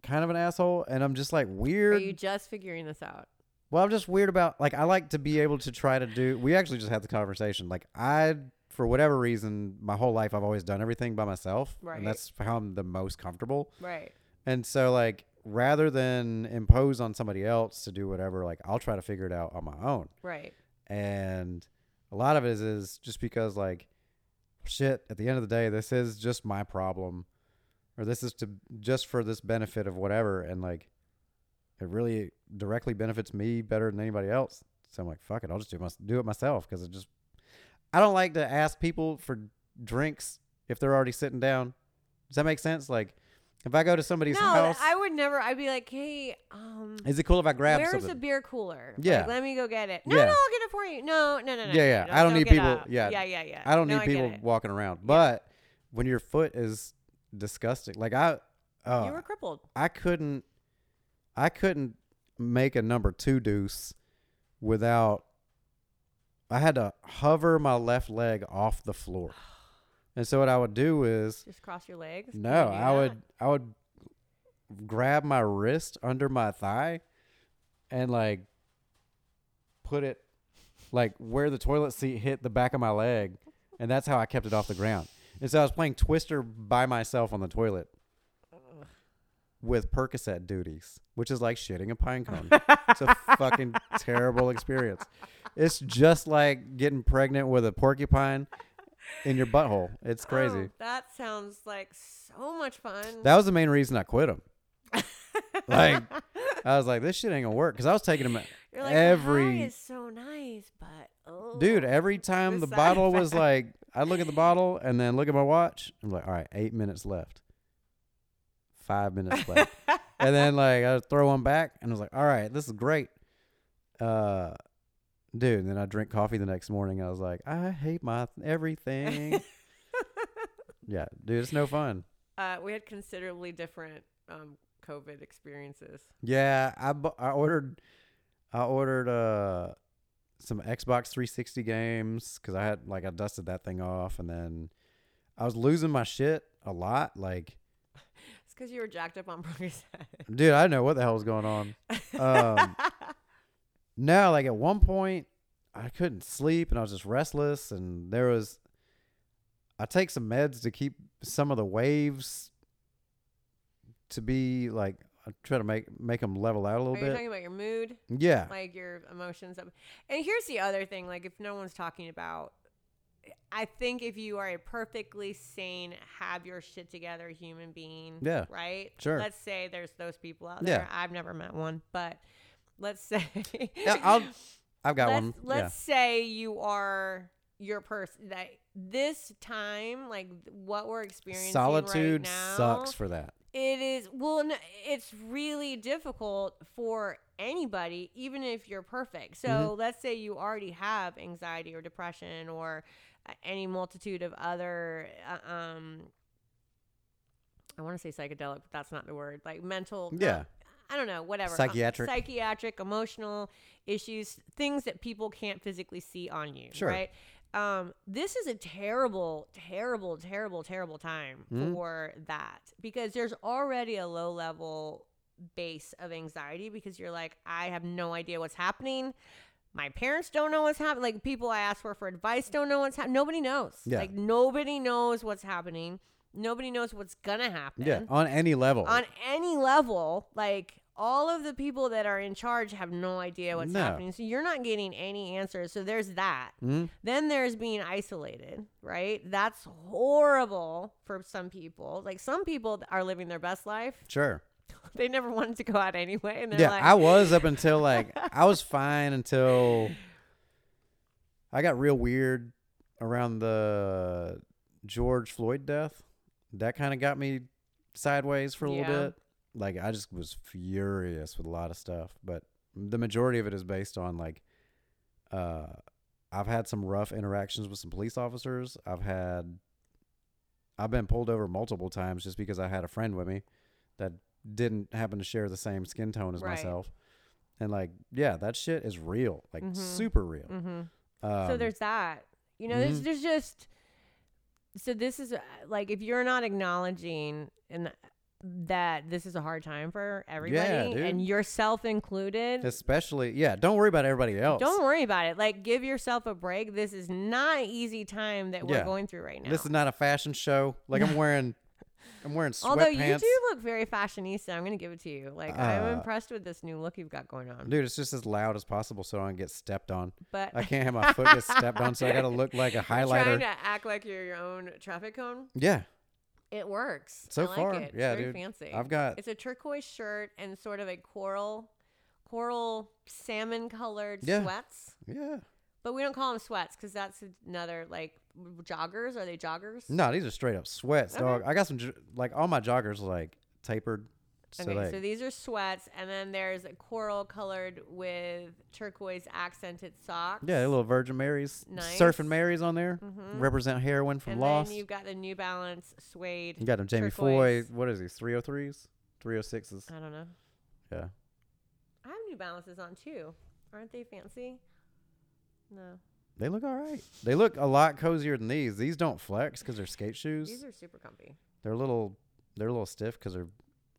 Speaker 2: kind of an asshole and I'm just like
Speaker 3: Are
Speaker 2: weird.
Speaker 3: you just figuring this out?
Speaker 2: well, I'm just weird about, like, I like to be able to try to do, we actually just had the conversation. Like, I, for whatever reason, my whole life, I've always done everything by myself.
Speaker 3: Right.
Speaker 2: And that's how I'm the most comfortable.
Speaker 3: Right.
Speaker 2: And so like rather than impose on somebody else to do whatever, like I'll try to figure it out on my own.
Speaker 3: Right.
Speaker 2: And a lot of it is, is just because like shit, at the end of the day, this is just my problem. or this is to just for this benefit of whatever, and like it really directly benefits me better than anybody else. So I'm like, fuck it, I'll just do my, do it myself because it just I don't like to ask people for drinks if they're already sitting down. Does that make sense? Like if I go to somebody's
Speaker 3: No,
Speaker 2: house,
Speaker 3: I would never. I'd be like, hey, um,
Speaker 2: is it cool if I grab
Speaker 3: where's
Speaker 2: something?
Speaker 3: the beer cooler? Like,
Speaker 2: Yeah.
Speaker 3: let me go get it. No,
Speaker 2: Yeah.
Speaker 3: no, I'll get it for you. No, no, no, no.
Speaker 2: Yeah, yeah.
Speaker 3: no,
Speaker 2: I don't need
Speaker 3: get
Speaker 2: people-
Speaker 3: up.
Speaker 2: yeah.
Speaker 3: yeah, yeah, yeah.
Speaker 2: I don't
Speaker 3: No,
Speaker 2: need
Speaker 3: get
Speaker 2: people
Speaker 3: it.
Speaker 2: walking around. But when your foot is disgusting, like I, uh,
Speaker 3: you were crippled.
Speaker 2: I couldn't, I couldn't make a number two deuce without. I had to hover my left leg off the floor, and so what I would do is
Speaker 3: Just cross your legs. Can you
Speaker 2: no,
Speaker 3: do
Speaker 2: I
Speaker 3: that?
Speaker 2: would, I would grab my wrist under my thigh, and like put it like where the toilet seat hit the back of my leg, and that's how I kept it off the ground. And so I was playing Twister by myself on the toilet with Percocet duties, which is like shitting a pine cone. it's a fucking terrible experience. It's just like getting pregnant with a porcupine in your butthole. It's crazy.
Speaker 3: Oh, that sounds like so much fun.
Speaker 2: That was the main reason I quit them. like, I was like, this shit ain't gonna work because I was taking them
Speaker 3: You're like, the
Speaker 2: every
Speaker 3: high is so nice, but oh,
Speaker 2: Dude, every time
Speaker 3: the
Speaker 2: the,
Speaker 3: side
Speaker 2: bottle was like,
Speaker 3: effect.
Speaker 2: I look at the bottle and then look at my watch. I'm like, all right, eight minutes left. Five minutes left. and then like e-, I would throw one back and I was like, all right, this is great. Uh dude, and then I drink coffee the next morning. I was like, I hate my everything. yeah, dude, it's no fun.
Speaker 3: uh, we had considerably different um, COVID experiences.
Speaker 2: Yeah, I bu- I ordered I ordered uh some Xbox 360 games cuz I had like I dusted that thing off and then I was losing my shit a lot like
Speaker 3: It's because you were jacked up on Percocet.
Speaker 2: dude, I didn't know what the hell was going on. Um no, like at one point I couldn't sleep and I was just restless and there was I take some meds to keep some of the waves to be like I try to make make them level out a
Speaker 3: Are
Speaker 2: little
Speaker 3: you
Speaker 2: bit.
Speaker 3: talking about your mood,
Speaker 2: yeah.
Speaker 3: like your emotions? up- And here's the other thing: like if no one's talking about, I think if you are a perfectly sane, have your shit together human being,
Speaker 2: Yeah.
Speaker 3: right?
Speaker 2: Sure.
Speaker 3: Let's say there's those people out
Speaker 2: Yeah.
Speaker 3: there. I've never met one, but let's say
Speaker 2: yeah, I'll, I've got
Speaker 3: let's,
Speaker 2: one.
Speaker 3: Let's say you are your person that this time, like th- what we're
Speaker 2: yeah.
Speaker 3: experiencing.
Speaker 2: Solitude
Speaker 3: right now,
Speaker 2: sucks for that.
Speaker 3: It is well, no, it's really difficult for anybody, even if you're perfect. So let's say you already have anxiety or depression or uh, any multitude of other. Uh, um, I want to say psychedelic, but that's not the word. Like mental, not
Speaker 2: Yeah.
Speaker 3: I don't know, whatever. uh,
Speaker 2: Psychiatric.
Speaker 3: psychiatric, emotional issues, things that people can't physically see on you.
Speaker 2: Sure.
Speaker 3: Right. Um, this is a terrible, terrible, terrible, terrible time
Speaker 2: Mhm.
Speaker 3: for that because there's already a low level base of anxiety because you're like, I have no idea what's happening. My parents don't know what's happening. Like people I ask for for advice don't know what's happening. Nobody knows.
Speaker 2: Yeah.
Speaker 3: Like nobody knows what's happening. Nobody knows what's gonna happen
Speaker 2: Yeah, on any level.
Speaker 3: on any level, like all of the people that are in charge have no idea what's
Speaker 2: No.
Speaker 3: happening. So you're not getting any answers. So there's that.
Speaker 2: Mhm.
Speaker 3: Then there's being isolated, right? That's horrible for some people. Like some people are living their best life.
Speaker 2: Sure.
Speaker 3: They never wanted to go out anyway. And they're
Speaker 2: Yeah,
Speaker 3: like,
Speaker 2: I was up until like I was fine until I got real weird around the George Floyd death. That kind of got me sideways for a little
Speaker 3: Yeah.
Speaker 2: bit. Like I just was furious with a lot of stuff, but the majority of it is based on like uh I've had some rough interactions with some police officers. I've had I've been pulled over multiple times just because I had a friend with me that didn't happen to share the same skin tone as
Speaker 3: Right.
Speaker 2: myself. And like, yeah, that shit is real, like
Speaker 3: Mhm.
Speaker 2: super real.
Speaker 3: mm-hmm.
Speaker 2: Um,
Speaker 3: so there's that. You know, there's
Speaker 2: mhm.
Speaker 3: there's just so this is uh, like if you're not acknowledging and that this is a hard time for everybody
Speaker 2: dude.
Speaker 3: and yourself included.
Speaker 2: especially, yeah, don't worry about everybody else.
Speaker 3: Don't worry about it. Like give yourself a break. This is not an easy time that
Speaker 2: Yeah.
Speaker 3: we're going through right now.
Speaker 2: This is not a fashion show. Like I'm wearing, I'm wearing sweatpants.
Speaker 3: Although you do look very fashionista, I'm gonna give it to you. Like
Speaker 2: Uh,
Speaker 3: I'm impressed with this new look you've got going on.
Speaker 2: Dude, it's just as loud as possible so I don't get stepped on.
Speaker 3: But
Speaker 2: I can't have my foot get stepped on, so I gotta look like a
Speaker 3: you're trying
Speaker 2: highlighter.
Speaker 3: to act like you're your own traffic cone.
Speaker 2: Yeah.
Speaker 3: It works.
Speaker 2: So
Speaker 3: I like
Speaker 2: far,
Speaker 3: it. It's
Speaker 2: yeah,
Speaker 3: very
Speaker 2: dude.
Speaker 3: fancy.
Speaker 2: I've got-
Speaker 3: it's a turquoise shirt and sort of a coral, coral salmon colored
Speaker 2: Yeah.
Speaker 3: sweats.
Speaker 2: Yeah.
Speaker 3: But we don't call them sweats because that's another like joggers. Are they joggers?
Speaker 2: No, these are straight up sweats,
Speaker 3: Okay.
Speaker 2: dog. I got some, j- like, all my joggers are, like tapered. So,
Speaker 3: Okay,
Speaker 2: like,
Speaker 3: so these are sweats, and then there's a coral colored with turquoise accented socks.
Speaker 2: yeah, little Virgin Marys,
Speaker 3: Nice. Mm-hmm.
Speaker 2: surfing Marys on there, represent heroin from
Speaker 3: and
Speaker 2: Lost.
Speaker 3: then you've got the New Balance suede.
Speaker 2: you got them Jamie Foy.
Speaker 3: turquoise. Uh.
Speaker 2: What is he? 303s? 306s.
Speaker 3: I don't know.
Speaker 2: Yeah.
Speaker 3: I have New Balances on too. Aren't they fancy? No,
Speaker 2: They look all right. They look a lot cozier than these. These don't flex because they're skate shoes.
Speaker 3: these are super comfy.
Speaker 2: they're a little, they're a little stiff because they're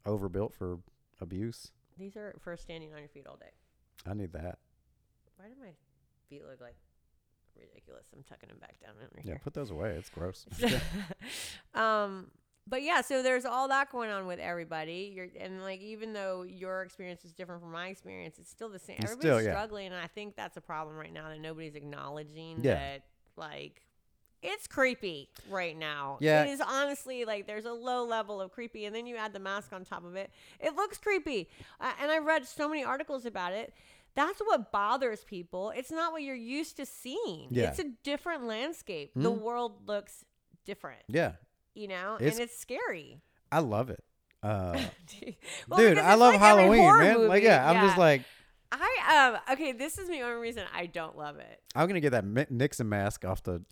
Speaker 2: overbuilt for abuse.
Speaker 3: These are for standing on your feet all day.
Speaker 2: I need that.
Speaker 3: Why do my feet look like ridiculous? I'm tucking them back down under
Speaker 2: Yeah,
Speaker 3: here.
Speaker 2: put those away. It's gross.
Speaker 3: um but yeah so there's all that going on with everybody you're and like even though your experience is different from my experience it's still the same
Speaker 2: It's
Speaker 3: everybody's
Speaker 2: still- yeah.
Speaker 3: struggling and i think that's a problem right now that nobody's acknowledging
Speaker 2: Yeah.
Speaker 3: that like it's creepy right now
Speaker 2: Yeah.
Speaker 3: it is honestly like there's a low level of creepy and then you add the mask on top of it it looks creepy uh, and i read so many articles about it that's what bothers people it's not what you're used to seeing
Speaker 2: Yeah. Mm-hmm.
Speaker 3: it's a different landscape the world looks different
Speaker 2: yeah,
Speaker 3: you know,
Speaker 2: It's-
Speaker 3: and it's scary.
Speaker 2: I love it. Uh,
Speaker 3: Well,
Speaker 2: dude,
Speaker 3: because
Speaker 2: I love
Speaker 3: it's like every
Speaker 2: Halloween,
Speaker 3: horror
Speaker 2: man. Like,
Speaker 3: movie.
Speaker 2: yeah, I'm just like,
Speaker 3: I um okay. This is the only reason I don't love it.
Speaker 2: I'm gonna get that Mi- Nixon mask off the.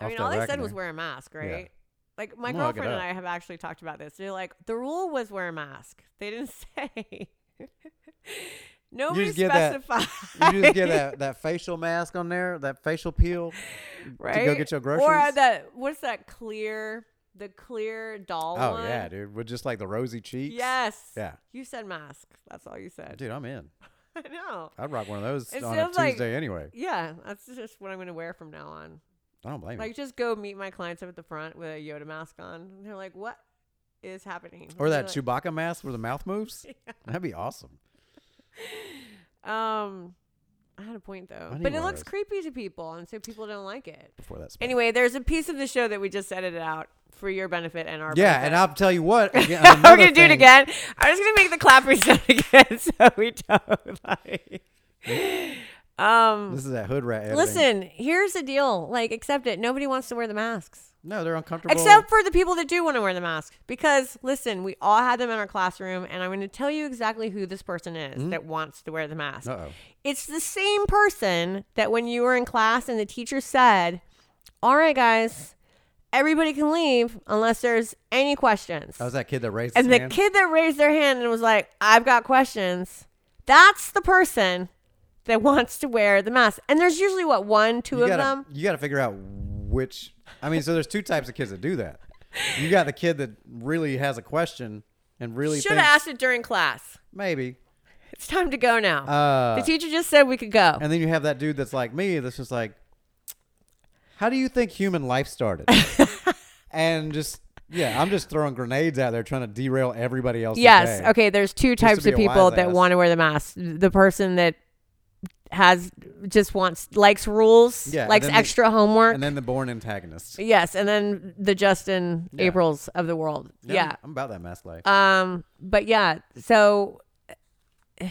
Speaker 3: I
Speaker 2: off
Speaker 3: mean,
Speaker 2: that
Speaker 3: all they
Speaker 2: rack
Speaker 3: said
Speaker 2: in
Speaker 3: was
Speaker 2: there.
Speaker 3: wear a mask,
Speaker 2: Yeah.
Speaker 3: right? Like my
Speaker 2: I'm gonna look it
Speaker 3: girlfriend
Speaker 2: up.
Speaker 3: and I have actually talked about this. They're like, the rule was wear a mask. They didn't say. Nobody
Speaker 2: get that-
Speaker 3: specified.
Speaker 2: You just get that, that facial mask on there, that facial peel.
Speaker 3: right?
Speaker 2: get your
Speaker 3: Or
Speaker 2: groceries.
Speaker 3: that what's that clear? The clear doll
Speaker 2: Oh
Speaker 3: one?
Speaker 2: yeah, dude, with just like the rosy cheeks.
Speaker 3: Yes.
Speaker 2: Yeah.
Speaker 3: You said mask. That's all you said.
Speaker 2: dude, I'm in.
Speaker 3: I know.
Speaker 2: I'd rock one of those
Speaker 3: It
Speaker 2: on a
Speaker 3: sounds like-
Speaker 2: Tuesday anyway.
Speaker 3: Yeah, that's just what I'm going to wear from now on.
Speaker 2: I don't blame you.
Speaker 3: Like, just go meet my clients up at the front with a Yoda mask on. And they're like, what is happening?
Speaker 2: Or that
Speaker 3: They're
Speaker 2: Chewbacca mask where the mouth moves. That'd be awesome.
Speaker 3: like, Um, I had a point, though.
Speaker 2: need
Speaker 3: But it
Speaker 2: one of
Speaker 3: looks
Speaker 2: those.
Speaker 3: creepy to people, and so people don't like it.
Speaker 2: Before that. Anyway,
Speaker 3: Anyway, there's a piece of the show that we just edited out for your benefit and our
Speaker 2: yeah,
Speaker 3: benefit.
Speaker 2: and I'll tell you what. Again,
Speaker 3: We're
Speaker 2: another
Speaker 3: gonna do it
Speaker 2: thing-
Speaker 3: again. I'm just gonna make the clapping sound again so we don't like. Um,
Speaker 2: This is that hood rat. editing.
Speaker 3: listen. Here's the deal. Like, accept it. Nobody wants to wear the masks.
Speaker 2: no, they're uncomfortable.
Speaker 3: Except for the people that do want to wear the mask. Because, listen, we all had them in our classroom, and I'm going to tell you exactly who this person is that wants to wear the mask.
Speaker 2: Mm-hmm. Uh-oh.
Speaker 3: It's the same person that when you were in class and the teacher said, All right, guys, everybody can leave unless there's any questions.
Speaker 2: I was that kid that raised
Speaker 3: and
Speaker 2: his
Speaker 3: the
Speaker 2: hand.
Speaker 3: kid that raised their hand and was like, I've got questions, that's the person that wants to wear the mask. And there's usually, what, one, two
Speaker 2: you
Speaker 3: of
Speaker 2: gotta,
Speaker 3: them?
Speaker 2: You got to figure out which. I mean, so there's two types of kids that do that. You got the kid that really has a question and really
Speaker 3: Should have
Speaker 2: thinks-
Speaker 3: asked it during class.
Speaker 2: maybe.
Speaker 3: It's time to go now.
Speaker 2: Uh,
Speaker 3: the teacher just said we could go.
Speaker 2: and then you have that dude that's like me. That's just like, how do you think human life started? and just yeah, I'm just throwing grenades out there trying to derail everybody else.
Speaker 3: yes. Okay. There's two types
Speaker 2: be
Speaker 3: of
Speaker 2: a
Speaker 3: people
Speaker 2: wise
Speaker 3: that
Speaker 2: ass.
Speaker 3: want to wear the mask. The person that has just wants likes rules,
Speaker 2: Yeah, and
Speaker 3: likes
Speaker 2: then the-
Speaker 3: extra homework.
Speaker 2: And then the born antagonist.
Speaker 3: yes, and then the Justin
Speaker 2: Yeah.
Speaker 3: Aprils of the world. Yeah.
Speaker 2: I'm about that mask life.
Speaker 3: Um. But yeah. So.
Speaker 2: But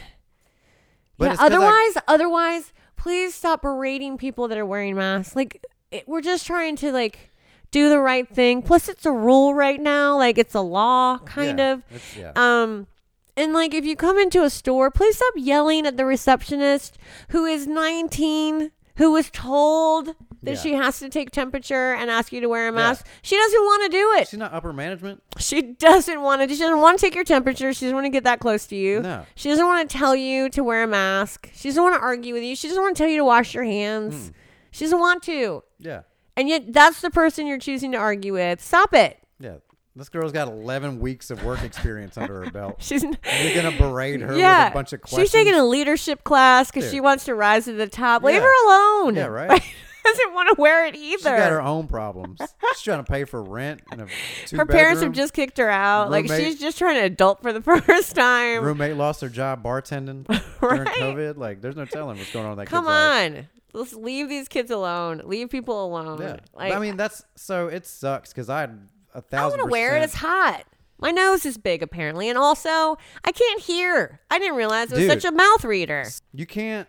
Speaker 3: yeah.
Speaker 2: it's 'cause I-
Speaker 3: Otherwise, otherwise, please stop berating people that are wearing masks. Like, it, we're just trying to like do the right thing. Plus, it's a rule right now. Like, it's a law, kind
Speaker 2: Yeah,
Speaker 3: of.
Speaker 2: it's- yeah.
Speaker 3: Um, and like if you come into a store, please stop yelling at the receptionist who is 19, who was told that
Speaker 2: Yeah.
Speaker 3: she has to take temperature and ask you to wear a mask.
Speaker 2: Yeah.
Speaker 3: She doesn't want to do it.
Speaker 2: She's not upper management.
Speaker 3: She doesn't want to. She doesn't want to take your temperature. She doesn't want to get that close to you.
Speaker 2: No.
Speaker 3: She doesn't want to tell you to wear a mask. She doesn't want to argue with you. She doesn't want to tell you to wash your
Speaker 2: Hmm.
Speaker 3: hands. She doesn't want to.
Speaker 2: Yeah.
Speaker 3: And yet, that's the person you're choosing to argue with. Stop it.
Speaker 2: Yeah. This girl's got 11 weeks of work experience under her belt.
Speaker 3: She's.
Speaker 2: You're going to berate her with a bunch of questions.
Speaker 3: She's taking a leadership class because she
Speaker 2: Dude.
Speaker 3: wants to rise to the top. Leave
Speaker 2: Yeah.
Speaker 3: her alone.
Speaker 2: Yeah, right.
Speaker 3: Like, doesn't want to wear it either.
Speaker 2: She's got her own problems. She's trying to pay for rent and a two
Speaker 3: Her parents have
Speaker 2: bedroom.
Speaker 3: just kicked her out. Like
Speaker 2: Roommate-
Speaker 3: she's just trying to adult for the first time.
Speaker 2: roommate lost her job bartending during
Speaker 3: Right?
Speaker 2: COVID. Like, there's no telling what's going on. With that
Speaker 3: Come
Speaker 2: kid's life.
Speaker 3: on, let's leave these kids alone. Leave people alone.
Speaker 2: Yeah. But
Speaker 3: Like,
Speaker 2: I mean, that's so it sucks because I a
Speaker 3: I
Speaker 2: thousand.
Speaker 3: want to wear
Speaker 2: percent.
Speaker 3: it. It's hot. My nose is big apparently, and also I can't hear. I didn't realize it was
Speaker 2: Dude.
Speaker 3: such a mouth reader.
Speaker 2: You can't.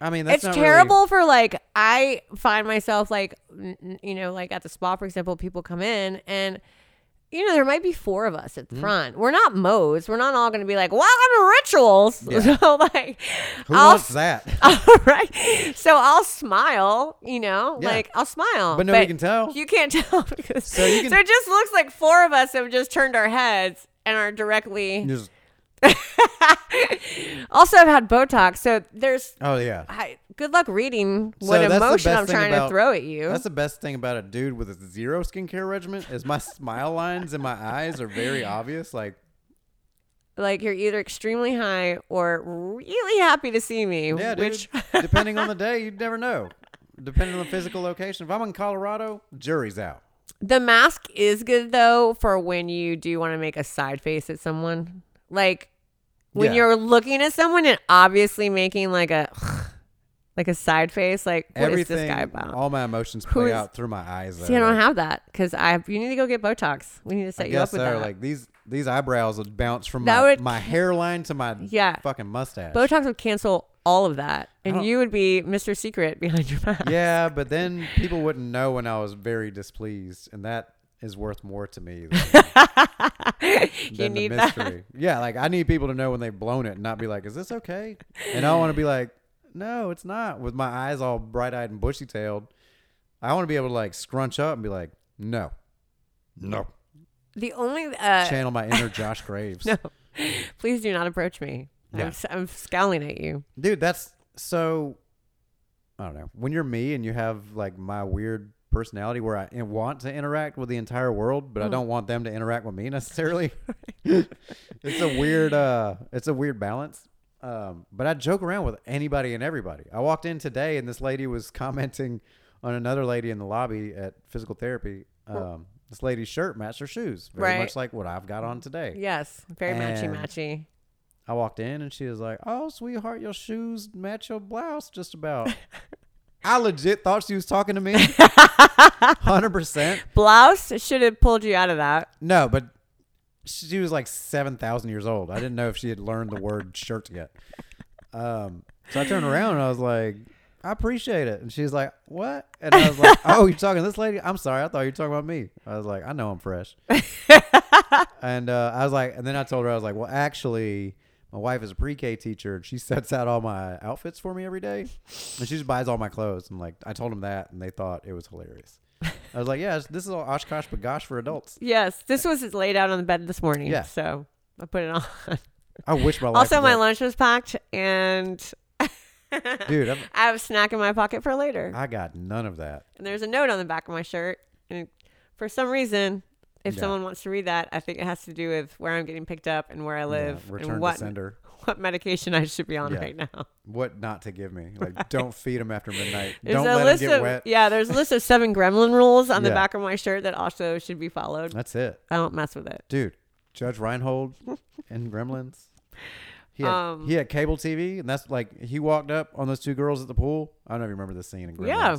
Speaker 2: I mean, that's
Speaker 3: it's
Speaker 2: not
Speaker 3: terrible for like I find myself like n- n- you know like at the spa for example, people come in and you know there might be four of us
Speaker 2: Hmm?
Speaker 3: at the front. We're not modes. We're not all going to be like welcome to rituals.
Speaker 2: Yeah.
Speaker 3: So like
Speaker 2: Really, who
Speaker 3: I'll
Speaker 2: wants that?
Speaker 3: all right. So I'll smile, you know,
Speaker 2: Yeah.
Speaker 3: like I'll smile.
Speaker 2: But nobody can tell.
Speaker 3: You can't tell because so,
Speaker 2: Oh. you can-
Speaker 3: it just looks like four of us have just turned our heads and are directly
Speaker 2: Just-
Speaker 3: also I've had Botox, so there's
Speaker 2: oh yeah.
Speaker 3: I, good luck reading
Speaker 2: So
Speaker 3: what
Speaker 2: that's the
Speaker 3: emotion
Speaker 2: best
Speaker 3: I'm
Speaker 2: thing
Speaker 3: trying
Speaker 2: about-
Speaker 3: to throw at you.
Speaker 2: That's the best thing about a dude with a zero skincare regimen is my smile lines and my eyes are very obvious. Like
Speaker 3: like you're either extremely high or really happy to see me.
Speaker 2: yeah, dude.
Speaker 3: which
Speaker 2: depending on the day, you'd never know. Depending on the physical location. If I'm in Colorado, jury's out.
Speaker 3: The mask is good though for when you do want to make a side face at someone. Like when
Speaker 2: Yeah.
Speaker 3: you're looking at someone and obviously making like a like a side face, like what is
Speaker 2: Everything,
Speaker 3: this guy about?
Speaker 2: all my emotions play
Speaker 3: Who's-
Speaker 2: out through my eyes. Though.
Speaker 3: See, I don't
Speaker 2: Like,
Speaker 3: have that because I you need to go get Botox. We need to
Speaker 2: Uh,
Speaker 3: set
Speaker 2: I
Speaker 3: you up
Speaker 2: guess
Speaker 3: with
Speaker 2: so.
Speaker 3: that.
Speaker 2: Like these these eyebrows would bounce from
Speaker 3: That
Speaker 2: my,
Speaker 3: would-
Speaker 2: my hairline to my
Speaker 3: Yeah.
Speaker 2: fucking mustache.
Speaker 3: Botox would cancel all of that,
Speaker 2: don't-
Speaker 3: and you would be Mr. Secret behind your mask.
Speaker 2: Oh. yeah, but then people wouldn't know when I was very displeased, and that is worth more to me than,
Speaker 3: you
Speaker 2: than
Speaker 3: need
Speaker 2: the
Speaker 3: that.
Speaker 2: mystery. Yeah, like I need people to know when they've blown it and not be like, "Is this okay?" And I want to be like, "No, it's not." With my eyes all bright-eyed and bushy-tailed, I want to be able to like scrunch up and be like, "No, no."
Speaker 3: The only uh,
Speaker 2: Channel my inner Josh Graves,
Speaker 3: no, please do not approach me.
Speaker 2: Yeah.
Speaker 3: I'm, s- I'm scowling at you.
Speaker 2: dude. That's so. I don't know. When you're me and you have like my weird personality where I want to interact with the entire world, but I don't want them to interact with me necessarily. it's a weird uh it's a weird balance um but i joke around with anybody and everybody i walked in today and this lady was commenting on another lady in the lobby at physical therapy um this lady's shirt matched her shoes very
Speaker 3: Right.
Speaker 2: much like what i've got on today
Speaker 3: Yes, very matchy
Speaker 2: And-
Speaker 3: matchy.
Speaker 2: i walked in and she was like oh sweetheart your shoes match your blouse just about i legit thought she was talking to me 100%
Speaker 3: Blouse should have pulled you out of that.
Speaker 2: No, but she was like seven thousand years old. I didn't know if she had learned the word shirt yet. Um, so I turned around and I was like, "I appreciate it," and she's like, "What?" And I was like, "Oh, you're talking to this lady? I'm sorry, I thought you were talking about me." I was like, "I know I'm fresh," and uh, I was like, and then I told her I was like, "Well, actually." My wife is a pre-K teacher, and she sets out all my outfits for me every day, and she just buys all my clothes. And like, I told them that, and they thought it was hilarious. I was like, "Yeah, this is all Oshkosh Bagosh for adults."
Speaker 3: Yes, this was laid out on the bed this morning.
Speaker 2: Yeah. Oh,
Speaker 3: So I put it on.
Speaker 2: I wish my life.
Speaker 3: also,
Speaker 2: was
Speaker 3: my
Speaker 2: that-
Speaker 3: lunch was packed and
Speaker 2: dude. I'm,
Speaker 3: I have a snack in my pocket for later.
Speaker 2: I got none of that.
Speaker 3: and there's a note on the back of my shirt. And for some reason, if
Speaker 2: Yeah.
Speaker 3: someone wants to read that, I think it has to do with where I'm getting picked up and where I live
Speaker 2: Yeah, return
Speaker 3: and
Speaker 2: to
Speaker 3: what,
Speaker 2: sender.
Speaker 3: what medication I should be on
Speaker 2: Yeah.
Speaker 3: right now.
Speaker 2: What not to give me? Like, don't feed them after midnight.
Speaker 3: There's
Speaker 2: don't
Speaker 3: a
Speaker 2: let them
Speaker 3: list
Speaker 2: get
Speaker 3: of,
Speaker 2: wet.
Speaker 3: Yeah, there's a list of seven gremlin rules on the
Speaker 2: Yeah.
Speaker 3: back of my shirt that also should be followed.
Speaker 2: That's it,
Speaker 3: I don't mess with it.
Speaker 2: dude. Judge Reinhold and Gremlins. He had,
Speaker 3: Um,
Speaker 2: he had cable TV, and that's like he walked up on those two girls at the pool. I don't know if you remember this scene in Gremlins.
Speaker 3: Yeah.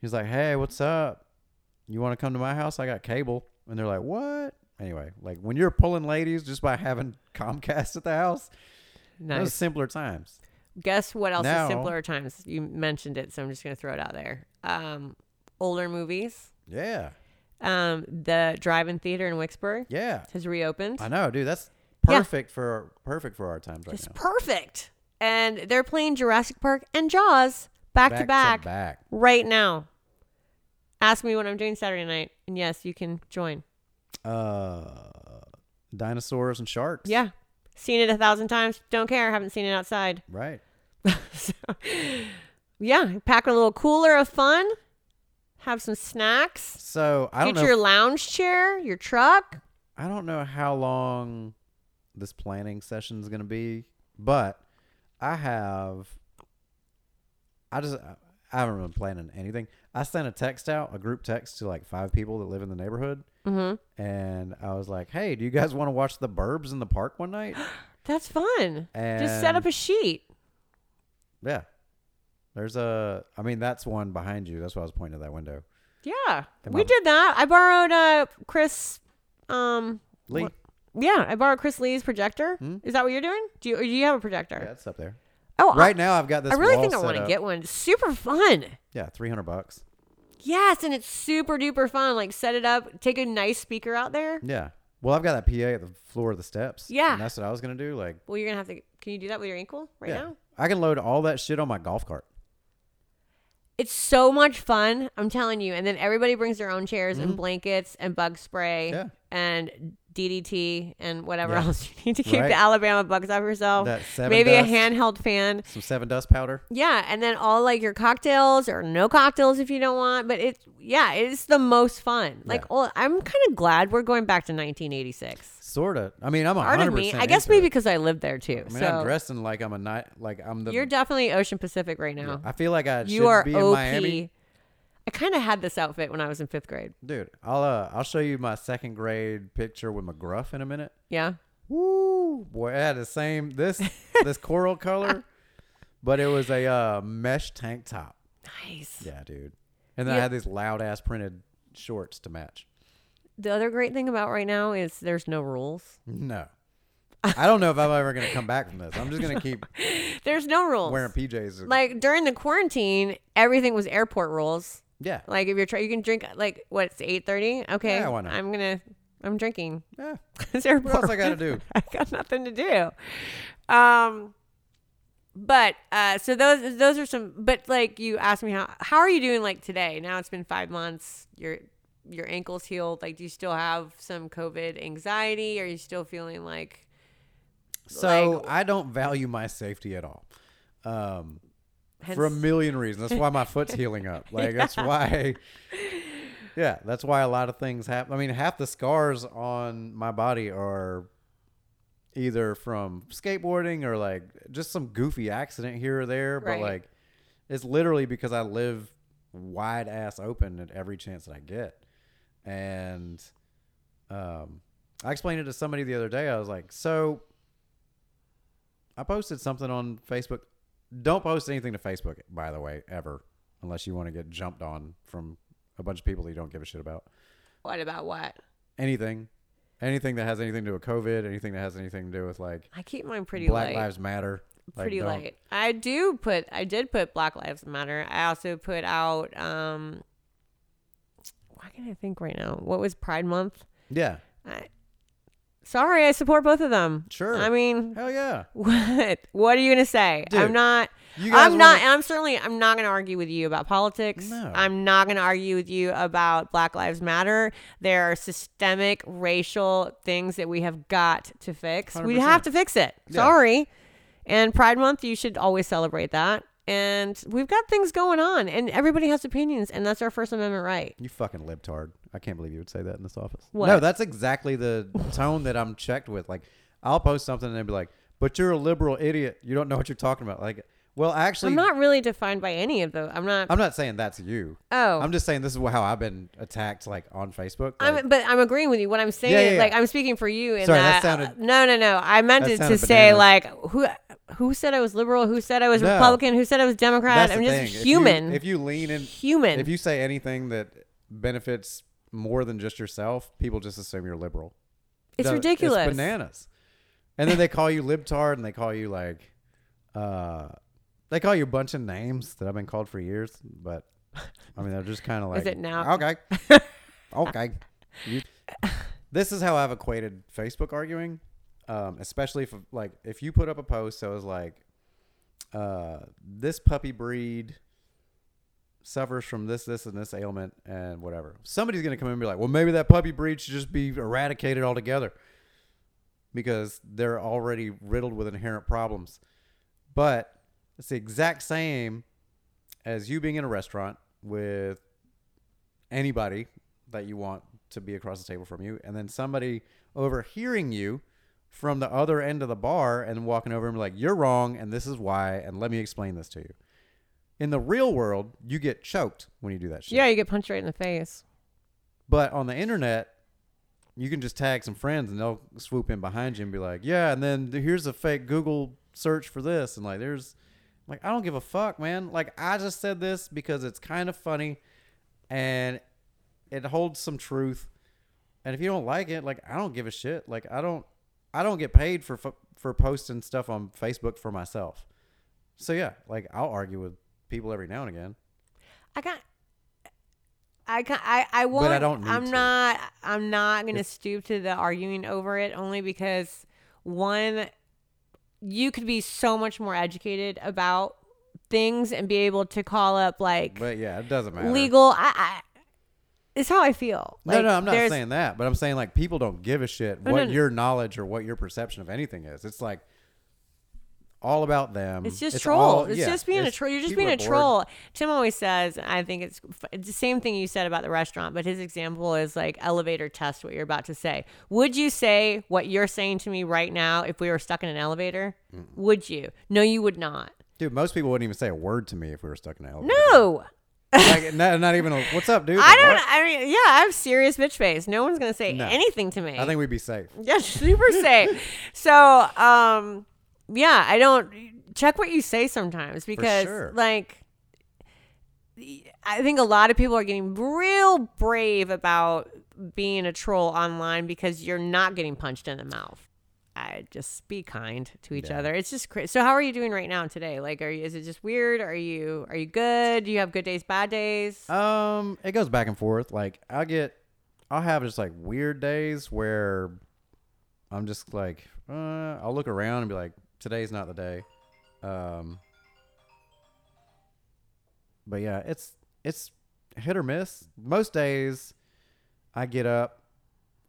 Speaker 2: He's like, "Hey, what's up? You want to come to my house? I got cable." And they're like, "What?" Anyway, like when you're pulling ladies just by having Comcast at the house,
Speaker 3: Nice.
Speaker 2: those simpler times.
Speaker 3: Guess what else
Speaker 2: Now-
Speaker 3: is simpler times? You mentioned it, so I'm just gonna throw it out there. Um, older movies.
Speaker 2: Yeah,
Speaker 3: Um, the drive-in theater in Wicksburg
Speaker 2: yeah.
Speaker 3: has reopened.
Speaker 2: I know, dude. That's
Speaker 3: Yeah.
Speaker 2: perfect for perfect for our times right
Speaker 3: it's
Speaker 2: now.
Speaker 3: perfect, and they're playing Jurassic Park and Jaws back, to back right now. Ask me what I'm doing Saturday night, and yes, you can join.
Speaker 2: Uh, dinosaurs and sharks.
Speaker 3: Yeah, seen it a thousand times. Don't care. Haven't seen it outside.
Speaker 2: Right.
Speaker 3: so, yeah, pack a little cooler of fun. Have some snacks.
Speaker 2: So I don't
Speaker 3: Get
Speaker 2: know.
Speaker 3: your lounge chair, your truck.
Speaker 2: I don't know how long this planning session is going to be, but I have. I just I haven't been planning anything. I sent a text out, a group text to like five people that live in the neighborhood,
Speaker 3: Mm-hmm.
Speaker 2: and I was like, "Hey, do you guys want to watch The Burbs in the park one night?"
Speaker 3: That's fun.
Speaker 2: And
Speaker 3: Just set up a sheet.
Speaker 2: Yeah. There's a I mean that's one behind you. That's why I was pointing at that window.
Speaker 3: Yeah.
Speaker 2: They
Speaker 3: We
Speaker 2: might-
Speaker 3: did that. I borrowed uh Chris um
Speaker 2: Lee.
Speaker 3: What- yeah, I borrowed Chris Lee's projector. Is that what you're doing? Do you or do you have a
Speaker 2: Hmm? Yeah,
Speaker 3: projector?
Speaker 2: it's up there.
Speaker 3: Oh, I-
Speaker 2: Right now, I've got this.
Speaker 3: I really
Speaker 2: wall
Speaker 3: think I
Speaker 2: set
Speaker 3: want to
Speaker 2: up.
Speaker 3: get one. It's super fun.
Speaker 2: Yeah, three hundred bucks.
Speaker 3: Yes, and it's super duper fun. Like set it up, take a nice speaker out there.
Speaker 2: Yeah. Well, I've got that PA at the floor of the steps.
Speaker 3: Yeah.
Speaker 2: And that's what I was gonna do. Like,
Speaker 3: Well, you're gonna have to. Can you do that with your ankle right
Speaker 2: yeah,
Speaker 3: now?
Speaker 2: I can load all that shit on my golf cart.
Speaker 3: It's so much fun. I'm telling you. And then everybody brings their own chairs and blankets and bug spray
Speaker 2: Mm-hmm. Yeah.
Speaker 3: and DDT and whatever
Speaker 2: Yeah.
Speaker 3: else you need to keep
Speaker 2: Right.
Speaker 3: the Alabama bugs off yourself.
Speaker 2: That seven
Speaker 3: Maybe
Speaker 2: dust.
Speaker 3: a handheld fan.
Speaker 2: Some seven dust powder.
Speaker 3: Yeah, and then all like your cocktails or no cocktails if you don't want. But it's yeah, it's the most fun. Like
Speaker 2: Yeah.
Speaker 3: oh, I'm kind of glad we're going back to 1986.
Speaker 2: Sorta. I mean, I'm a
Speaker 3: Part
Speaker 2: hundred
Speaker 3: of me,
Speaker 2: percent.
Speaker 3: I guess
Speaker 2: into it.
Speaker 3: maybe because I lived there too.
Speaker 2: I mean,
Speaker 3: so
Speaker 2: I'm dressing like I'm a night. Like I'm the.
Speaker 3: you're definitely Ocean Pacific right now.
Speaker 2: I feel like I should
Speaker 3: you are
Speaker 2: be in
Speaker 3: OP.
Speaker 2: Miami,
Speaker 3: I kind of had this outfit when I was in fifth grade.
Speaker 2: dude. I'll uh, I'll show you my second grade picture with McGruff in a minute.
Speaker 3: Yeah,
Speaker 2: Woo! Boy, I had the same this this coral color, but it was a uh, mesh tank top.
Speaker 3: nice.
Speaker 2: Yeah, dude. And then I
Speaker 3: Yeah.
Speaker 2: had these loud ass printed shorts to match.
Speaker 3: The other great thing about right now is there's no rules.
Speaker 2: No, I don't know if I'm ever gonna come back from this. I'm just gonna keep
Speaker 3: There's no rules.
Speaker 2: wearing PJs.
Speaker 3: like during the quarantine, everything was airport rules.
Speaker 2: yeah,
Speaker 3: Like if you're try, you can drink like what it's eight thirty. Okay,
Speaker 2: Yeah, why not?
Speaker 3: I'm gonna I'm drinking.
Speaker 2: yeah.
Speaker 3: It's airport.
Speaker 2: What else I gotta do?
Speaker 3: I got nothing to do. Um, but uh, so those those are some. But like you asked me how how are you doing like today? Now it's been five months. Your your ankles healed. Like do you still have some COVID anxiety? Are you still feeling like
Speaker 2: So
Speaker 3: Like-
Speaker 2: I don't value my safety at all. Um,
Speaker 3: hence,
Speaker 2: for a million reasons. That's why my foot's healing up. Like that's why. Yeah, that's why a lot of things happen. I mean, half the scars on my body are either from skateboarding or like just some goofy accident here or there. But
Speaker 3: Right.
Speaker 2: like, it's literally because I live wide ass open at every chance that I get, and um, I explained it to somebody the other day. I was like, so I posted something on Facebook. Don't post anything to Facebook, by the way, ever, unless you want to get jumped on from a bunch of people that you don't give a shit about.
Speaker 3: what about what?
Speaker 2: Anything, anything that has anything to do with COVID, anything that has anything to do with like
Speaker 3: I keep mine pretty
Speaker 2: Black
Speaker 3: light.
Speaker 2: Lives Matter. Like,
Speaker 3: pretty
Speaker 2: don't-
Speaker 3: light. I do put I did put Black Lives Matter. I also put out um why can I think right now? What was Pride Month?
Speaker 2: Yeah,
Speaker 3: I, sorry, I support both of them.
Speaker 2: Sure.
Speaker 3: I mean
Speaker 2: hell yeah.
Speaker 3: what what are you gonna say?
Speaker 2: Dude,
Speaker 3: I'm not
Speaker 2: You guys
Speaker 3: I'm not
Speaker 2: wanna-
Speaker 3: and I'm certainly I'm not gonna argue with you about politics.
Speaker 2: No.
Speaker 3: I'm not gonna argue with you about Black Lives Matter. There are systemic racial things that we have got to fix. We
Speaker 2: 100%.
Speaker 3: have to fix it.
Speaker 2: Yeah.
Speaker 3: Sorry. And Pride Month, you should always celebrate that. And we've got things going on and everybody has opinions and that's our First Amendment right.
Speaker 2: You fucking libtard. I can't believe you would say that in this office.
Speaker 3: What?
Speaker 2: No, that's exactly the tone that I'm checked with. Like, I'll post something and they'll be like, but you're a liberal idiot. You don't know what you're talking about. Like, well, actually,
Speaker 3: I'm not really defined by any of those. I'm not
Speaker 2: I'm not saying that's you.
Speaker 3: oh
Speaker 2: I'm just saying this is wh- how I've been attacked, like, on Facebook. Like,
Speaker 3: I'm, but I'm agreeing with you. What I'm saying,
Speaker 2: Yeah, yeah,
Speaker 3: is, like
Speaker 2: yeah.
Speaker 3: I'm speaking for you. In
Speaker 2: Sorry, that
Speaker 3: that,
Speaker 2: sounded-
Speaker 3: no, no, no. I meant
Speaker 2: that
Speaker 3: it to
Speaker 2: sounded
Speaker 3: say
Speaker 2: bananas.
Speaker 3: like who who said I was liberal, who said I was
Speaker 2: No.
Speaker 3: Republican, who said I was Democrat.
Speaker 2: that's
Speaker 3: I'm
Speaker 2: the
Speaker 3: just
Speaker 2: thing. If you-
Speaker 3: human.
Speaker 2: If you, lean in,
Speaker 3: human.
Speaker 2: if you say anything that benefits more than just yourself, people just assume you're liberal.
Speaker 3: it's
Speaker 2: That-
Speaker 3: ridiculous.
Speaker 2: It's bananas. And then they call you libtard, and they call you like, uh, they call you a bunch of names that I've been called for years. But I mean, they're just kind of like,
Speaker 3: it now?
Speaker 2: Okay, okay. You- this is how I've equated Facebook arguing, um, especially if like if you put up a post that was like, uh, this puppy breed suffers from this, this, and this ailment, and whatever. Somebody's gonna come in and be like, well, maybe that puppy breed should just be eradicated altogether because they're already riddled with inherent problems. But it's the exact same as you being in a restaurant with anybody that you want to be across the table from you, and then somebody overhearing you from the other end of the bar and walking over and be like, You're wrong, and this is why, and let me explain this to you. In the real world, you get choked when you do that shit.
Speaker 3: Yeah, you get punched right in the face.
Speaker 2: But on the internet, you can just tag some friends and they'll swoop in behind you and be like, "Yeah," and then th- here's a fake Google search for this, and like, there's, like, I don't give a fuck, man. Like, I just said this because it's kind of funny, and it holds some truth. And if you don't like it, like I don't give a shit. Like I don't I don't get paid for fu- for posting stuff on Facebook for myself. So yeah, like I'll argue with people every now and again.
Speaker 3: I can't. I can't. I, I won't.
Speaker 2: I don't need
Speaker 3: I'm
Speaker 2: to.
Speaker 3: not. I'm not going to stoop to the arguing over it only because one, you could be so much more educated about things and be able to call up like
Speaker 2: But yeah, it doesn't matter.
Speaker 3: legal. I, I. It's how I feel.
Speaker 2: No,
Speaker 3: Like,
Speaker 2: no, I'm not
Speaker 3: there's-
Speaker 2: saying that, but I'm saying like people don't give a shit
Speaker 3: No,
Speaker 2: what
Speaker 3: no, no.
Speaker 2: your knowledge or what your perception of anything is. It's like all about them.
Speaker 3: It's just
Speaker 2: all-
Speaker 3: troll. it's
Speaker 2: yeah,
Speaker 3: just being a
Speaker 2: it's-
Speaker 3: troll. You're just
Speaker 2: people
Speaker 3: being
Speaker 2: are bored.
Speaker 3: a troll. Tim always says, and I think it's, f- it's the same thing you said about the restaurant, but his example is like elevator test what you're about to say. Would you say what you're saying to me right now if we were stuck in an elevator? Would you? No, you would not.
Speaker 2: Dude, most people wouldn't even say a word to me if we were stuck in an elevator.
Speaker 3: No.
Speaker 2: like, not, not even a what's up, dude.
Speaker 3: I
Speaker 2: Like,
Speaker 3: don't,
Speaker 2: what?
Speaker 3: I mean, yeah, I have serious bitch face. No one's going to say
Speaker 2: No.
Speaker 3: anything to me.
Speaker 2: I think we'd be safe.
Speaker 3: Yeah, super safe. so, um, yeah, I don't check what you say sometimes because,
Speaker 2: sure.
Speaker 3: like, I think a lot of people are getting real brave about being a troll online because you're not getting punched in the mouth. I just be kind to each other. It's just crazy. So, how are you doing right now today? Like, are you? Is it just weird? Are you? Are you good? Do you have good days, bad days?
Speaker 2: Um, it goes back and forth. Like I'll get, I'll have just like weird days where I'm just like, uh, I'll look around and be like, today's not the day. Um, but yeah, it's it's hit or miss. Most days, I get up,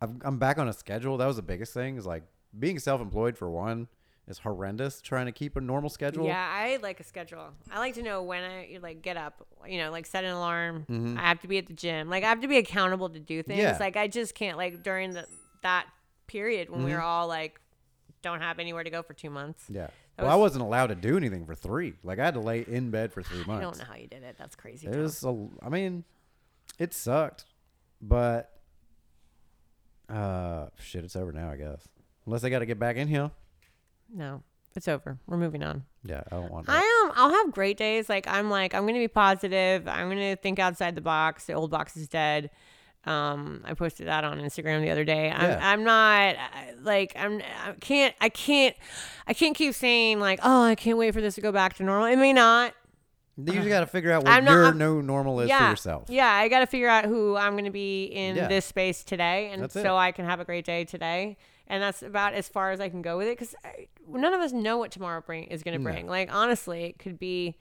Speaker 2: I'm, I'm back on a schedule. That was the biggest thing. Is like being self-employed for one is horrendous. Trying to keep a normal schedule.
Speaker 3: Yeah, I like a schedule. I like to know when I you like get up. You know, like set an alarm. I have to be at the gym. Like I have to be accountable to do things.
Speaker 2: Mm-hmm. Yeah.
Speaker 3: Like I just can't like during the, that period when we
Speaker 2: Mm-hmm.
Speaker 3: were all like don't have anywhere to go for two months.
Speaker 2: Yeah.
Speaker 3: That
Speaker 2: well, I
Speaker 3: was-
Speaker 2: wasn't allowed to do anything for three. Like I had to lay in bed for three months.
Speaker 3: I don't know how you did it. That's crazy.
Speaker 2: It
Speaker 3: Tom.
Speaker 2: was a, I mean, it sucked, but uh, shit, it's over now, I guess. Unless they got to get back in here.
Speaker 3: no, it's over. We're moving on.
Speaker 2: Yeah, I don't want.
Speaker 3: I
Speaker 2: That.
Speaker 3: am. I'll have great days. Like I'm like I'm gonna be positive. I'm gonna think outside the box. The old box is dead. Um, I posted that on Instagram the other day. I'm,
Speaker 2: Yeah.
Speaker 3: I'm not I- like I'm. I can't. I can't. I can't keep saying like, oh, I can't wait for this to go back to normal. It may not.
Speaker 2: you just got to figure out what
Speaker 3: I'm not-
Speaker 2: your
Speaker 3: I'm-
Speaker 2: no normal is
Speaker 3: yeah.
Speaker 2: for yourself.
Speaker 3: Yeah. I got to figure out who I'm gonna be in
Speaker 2: Yeah.
Speaker 3: this space today, and
Speaker 2: That's it.
Speaker 3: so I can have a great day today. And that's about as far as I can go with it, because none of us know what tomorrow bring is gonna bring. Like honestly, it could be.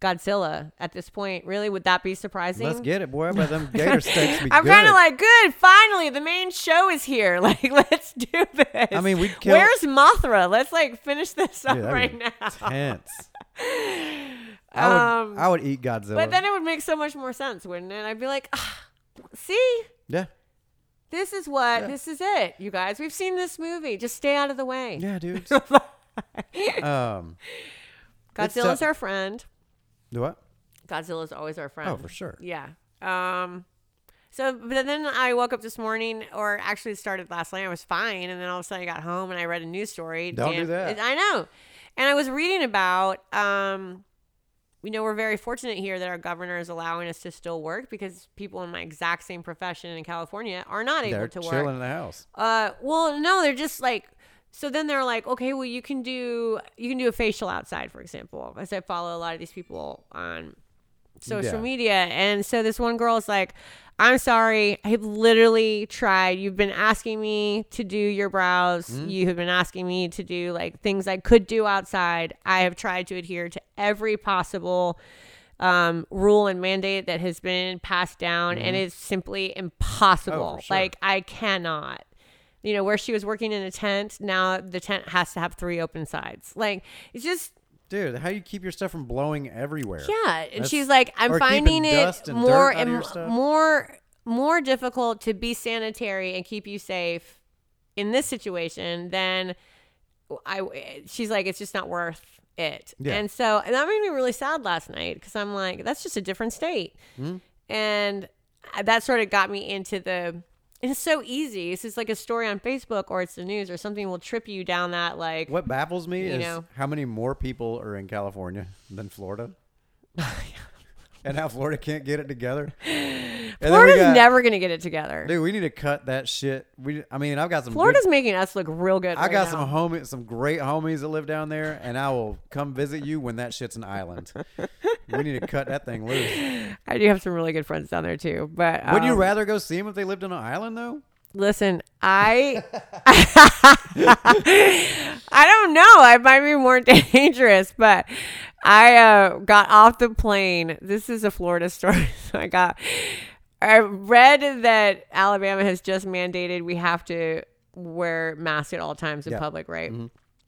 Speaker 3: Godzilla at this point. Really, would that be surprising?
Speaker 2: Let's get it, boy. But them gator steaks be
Speaker 3: I'm
Speaker 2: good.
Speaker 3: kind of like, good. Finally, the main show is here. Like, let's do this.
Speaker 2: I mean, we'd kill-
Speaker 3: Where's Mothra? Let's like finish this up
Speaker 2: Dude, that'd be
Speaker 3: right now.
Speaker 2: tense. I would,
Speaker 3: Um,
Speaker 2: I would eat Godzilla.
Speaker 3: But then it would make so much more sense, wouldn't it? I'd be like, ah, see,
Speaker 2: yeah,
Speaker 3: this is what this is it, you guys. We've seen this movie. Just stay out of the way.
Speaker 2: yeah, dude. um, It's uh,
Speaker 3: Godzilla's
Speaker 2: so-
Speaker 3: our friend.
Speaker 2: do what?
Speaker 3: Godzilla's always our friend.
Speaker 2: Oh, for sure.
Speaker 3: Yeah. Um. So, but then I woke up this morning, or actually it started last night. I was fine, and then all of a sudden I got home and I read a news story.
Speaker 2: Don't do
Speaker 3: Damn-
Speaker 2: that.
Speaker 3: I know. And I was reading about, um, you know, we're very fortunate here that our governor is allowing us to still work because people in my exact same profession in California are not able
Speaker 2: They're
Speaker 3: to
Speaker 2: chilling
Speaker 3: work.
Speaker 2: in the house.
Speaker 3: Uh, well, no, they're just like. So then they're like, okay, well you can do you can do a facial outside, for example. As I follow a lot of these people on social
Speaker 2: Yeah.
Speaker 3: media, and so this one girl is like, I'm sorry, I've literally tried. You've been asking me to do your brows. You have been asking me to do like things I could do outside. I have tried to adhere to every possible um, rule and mandate that has been passed down, and it's simply impossible.
Speaker 2: sure.
Speaker 3: Like I cannot. You know, where she was working in a tent, now the tent has to have three open sides. Like it's just
Speaker 2: Dude, how you keep your stuff from blowing everywhere?
Speaker 3: yeah, and
Speaker 2: That's-
Speaker 3: she's like, I'm
Speaker 2: or keeping
Speaker 3: finding it
Speaker 2: dust and
Speaker 3: more
Speaker 2: dirt out of your
Speaker 3: and
Speaker 2: stuff.
Speaker 3: more more difficult to be sanitary and keep you safe in this situation than I. She's like, it's just not worth it.
Speaker 2: Yeah.
Speaker 3: And so and that made me really sad last night because I'm like, that's just a different state,
Speaker 2: Hmm?
Speaker 3: and I- that sort of got me into the. and It's so easy. It's just like a story on Facebook or it's the news or something will trip you down that like
Speaker 2: What baffles me
Speaker 3: You
Speaker 2: is
Speaker 3: know.
Speaker 2: how many more people are in California than Florida. and how Florida can't get it together. And then we
Speaker 3: Florida's
Speaker 2: got-
Speaker 3: never gonna get it together.
Speaker 2: Dude, we need to cut that shit. We, I mean, I've got some. good-
Speaker 3: Florida's making us look real good.
Speaker 2: I
Speaker 3: right
Speaker 2: got
Speaker 3: now.
Speaker 2: some homies, some great homies that live down there, and I will come visit you when that shit's an island. we need to cut that thing loose.
Speaker 3: I do have some really good friends down there too. But um,
Speaker 2: Would you rather go see them if they lived on an island, though?
Speaker 3: listen, I I don't know. I might be more dangerous, but I uh, got off the plane. This is a Florida story. So I got I read that Alabama has just mandated we have to wear masks at all times in
Speaker 2: Yeah. Mm-hmm.
Speaker 3: public, right?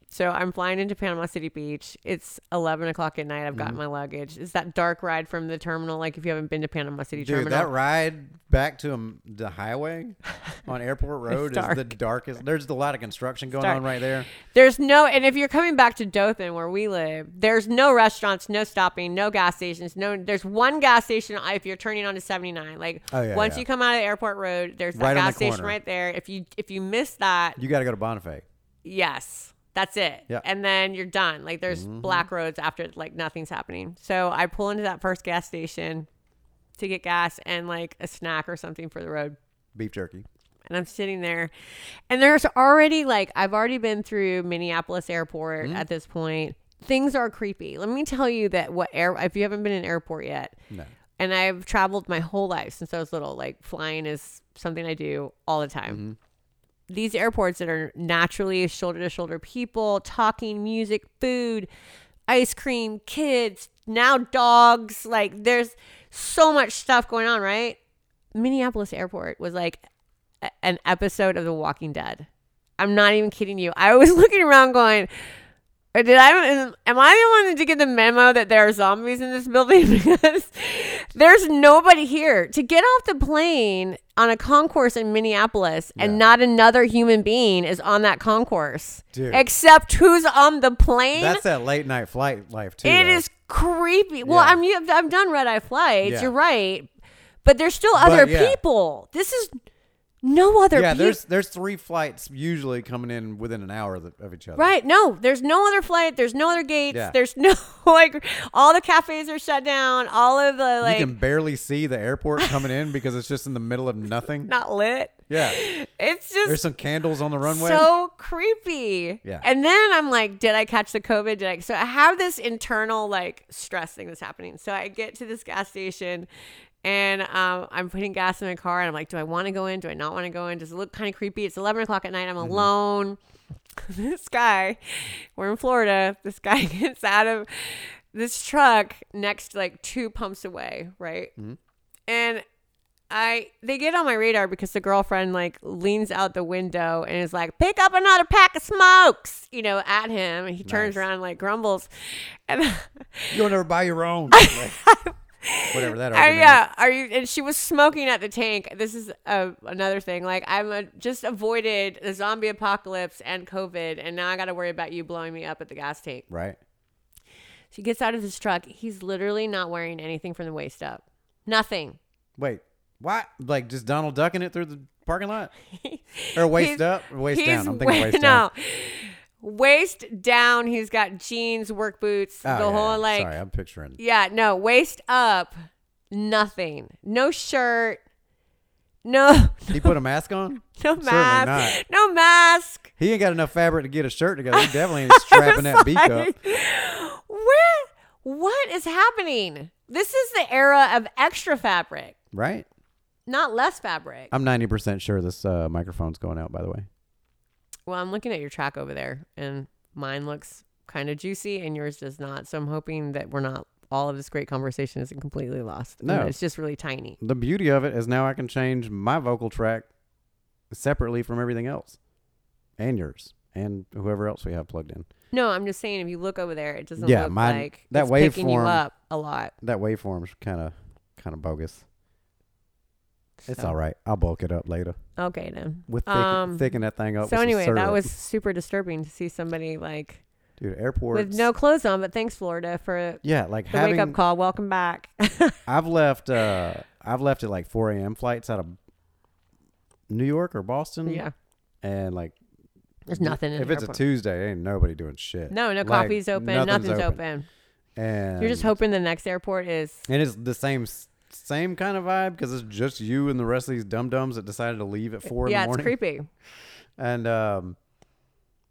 Speaker 3: So I'm flying into Panama City Beach. It's 11 o'clock at night. I've
Speaker 2: Mm-hmm.
Speaker 3: gotten my luggage. It's that dark ride from the terminal. Like if you haven't been to Panama City
Speaker 2: Dude,
Speaker 3: Terminal,
Speaker 2: that ride back to um, the highway on Airport Road is the darkest. There's a lot of construction going
Speaker 3: dark.
Speaker 2: on right there.
Speaker 3: There's no, and if you're coming back to Dothan where we live, there's no restaurants, no stopping, no gas stations, no. There's one gas station if you're turning onto 79. Like
Speaker 2: Oh, yeah,
Speaker 3: once
Speaker 2: yeah.
Speaker 3: you come out of Airport Road, there's that
Speaker 2: Right on
Speaker 3: gas
Speaker 2: the
Speaker 3: station
Speaker 2: corner.
Speaker 3: right there. If you if you miss that,
Speaker 2: You got to go to Bonifay.
Speaker 3: yes, that's it.
Speaker 2: Yeah. Mm-hmm.
Speaker 3: And then you're done. Like there's black roads after like nothing's happening. So I pull into that first gas station to get gas and like a snack or something for the road.
Speaker 2: Beef jerky.
Speaker 3: And I'm sitting there, and there's already like I've already been through Minneapolis Airport at this point. Things are creepy. Let me tell you that what air if you haven't been in airport yet,
Speaker 2: No.
Speaker 3: and I've traveled my whole life since I was little. Like flying is something I do all the time. These airports that are naturally shoulder to shoulder people talking, music, food, ice cream, kids, now dogs. Like there's so much stuff going on, right? Minneapolis airport was like a- an episode of The Walking Dead. I'm not even kidding you. I was looking around going, "Uh, did I am I the one to get the memo that there are zombies in this building because there's nobody here to get off the plane on a concourse in Minneapolis and not another human being is on that concourse
Speaker 2: Dude.
Speaker 3: except who's on the plane.
Speaker 2: That's that late night flight life, too.
Speaker 3: It
Speaker 2: though.
Speaker 3: is creepy. Well,
Speaker 2: Yeah.
Speaker 3: I'm I've, I've done red eye flights.
Speaker 2: Yeah.
Speaker 3: You're right, but there's still other
Speaker 2: yeah.
Speaker 3: people. This is no other.
Speaker 2: Yeah,
Speaker 3: people.
Speaker 2: there's there's three flights usually coming in within an hour of, the, of each other.
Speaker 3: Right. No, there's no other flight. There's no other gates.
Speaker 2: Yeah.
Speaker 3: There's no like all the cafes are shut down. All of the like
Speaker 2: you can barely see the airport coming in because it's just in the middle of nothing.
Speaker 3: not lit.
Speaker 2: Yeah.
Speaker 3: It's
Speaker 2: There's
Speaker 3: just
Speaker 2: some candles on the runway.
Speaker 3: so creepy.
Speaker 2: Yeah.
Speaker 3: And then I'm like, did I catch the COVID? Did I? So I have this internal like stress thing that's happening. So I get to this gas station. And um, I'm putting gas in my car, and I'm like, do I want to go in? Do I not want to go in? Does it look kind of creepy? It's 11 o'clock at night. I'm
Speaker 2: Mm-hmm.
Speaker 3: alone. this guy, we're in Florida. This guy gets out of this truck next, like two pumps away, right?
Speaker 2: Mm-hmm.
Speaker 3: And I they get on my radar because the girlfriend like leans out the window and is like, "Pick up another pack of smokes," you know, at him, and he turns
Speaker 2: Nice.
Speaker 3: around and, like grumbles, and.
Speaker 2: You'll never buy your own. Whatever that
Speaker 3: I,
Speaker 2: argument is.
Speaker 3: yeah, are you? And she was smoking at the tank. This is uh another thing. Like I'm a, just avoided the zombie apocalypse and COVID, and now I got to worry about you blowing me up at the gas tank.
Speaker 2: Right.
Speaker 3: She gets out of this truck. He's literally not wearing anything from the waist up. Nothing.
Speaker 2: Wait. What? Like just Donald ducking it through the parking lot? Or waist
Speaker 3: He's-
Speaker 2: up? Or waist
Speaker 3: he's
Speaker 2: down. I'm
Speaker 3: wa-
Speaker 2: thinking waist down.
Speaker 3: no. Waist down. He's got jeans, work boots,
Speaker 2: Oh,
Speaker 3: the
Speaker 2: yeah,
Speaker 3: whole
Speaker 2: yeah.
Speaker 3: like
Speaker 2: Sorry, I'm picturing.
Speaker 3: Yeah, no, waist up, nothing. No shirt. No
Speaker 2: He put a mask on?
Speaker 3: no
Speaker 2: Certainly
Speaker 3: mask.
Speaker 2: not.
Speaker 3: No mask.
Speaker 2: He ain't got enough fabric to get a shirt together. He definitely ain't strapping that beak up.
Speaker 3: Like, What what is happening? This is the era of extra fabric,
Speaker 2: Right?
Speaker 3: not less fabric.
Speaker 2: I'm 90% sure this uh, microphone's going out, by the way.
Speaker 3: Well, I'm looking at your track over there, and mine looks kind of juicy, and yours does not. So I'm hoping that we're not all of this great conversation isn't completely lost. and
Speaker 2: No.
Speaker 3: that it's just really tiny.
Speaker 2: The beauty of it is now I can change my vocal track separately from everything else and yours and whoever else we have plugged in.
Speaker 3: No, I'm just saying if you look over there, it doesn't
Speaker 2: Yeah,
Speaker 3: look
Speaker 2: mine-
Speaker 3: like
Speaker 2: that
Speaker 3: it's picking you
Speaker 2: waveform-
Speaker 3: up a lot.
Speaker 2: That waveform's kind of kind of bogus. It's
Speaker 3: So-
Speaker 2: all right. I'll bulk it up later
Speaker 3: Okay then.
Speaker 2: with thick,
Speaker 3: Um,
Speaker 2: thicken that thing up.
Speaker 3: So
Speaker 2: with some
Speaker 3: anyway, that
Speaker 2: syrup.
Speaker 3: was super disturbing to see somebody like
Speaker 2: dude airports.
Speaker 3: with no clothes on. But thanks, Florida, for
Speaker 2: yeah, like
Speaker 3: the
Speaker 2: having Mm.
Speaker 3: wake up call. Welcome back.
Speaker 2: I've left uh I've left at like 4 a.m. flights out of New York or Boston.
Speaker 3: yeah,
Speaker 2: and like
Speaker 3: there's nothing in
Speaker 2: If
Speaker 3: the
Speaker 2: it's
Speaker 3: airport.
Speaker 2: a Tuesday, ain't nobody doing shit.
Speaker 3: No, no
Speaker 2: Like,
Speaker 3: coffee's open. Nothing's, open.
Speaker 2: And
Speaker 3: You're just hoping the next airport is
Speaker 2: And it's the same s- same kind of vibe because it's just you and the rest of these dum dums that decided to leave at four
Speaker 3: yeah,
Speaker 2: in the
Speaker 3: it's
Speaker 2: morning.
Speaker 3: creepy.
Speaker 2: And um,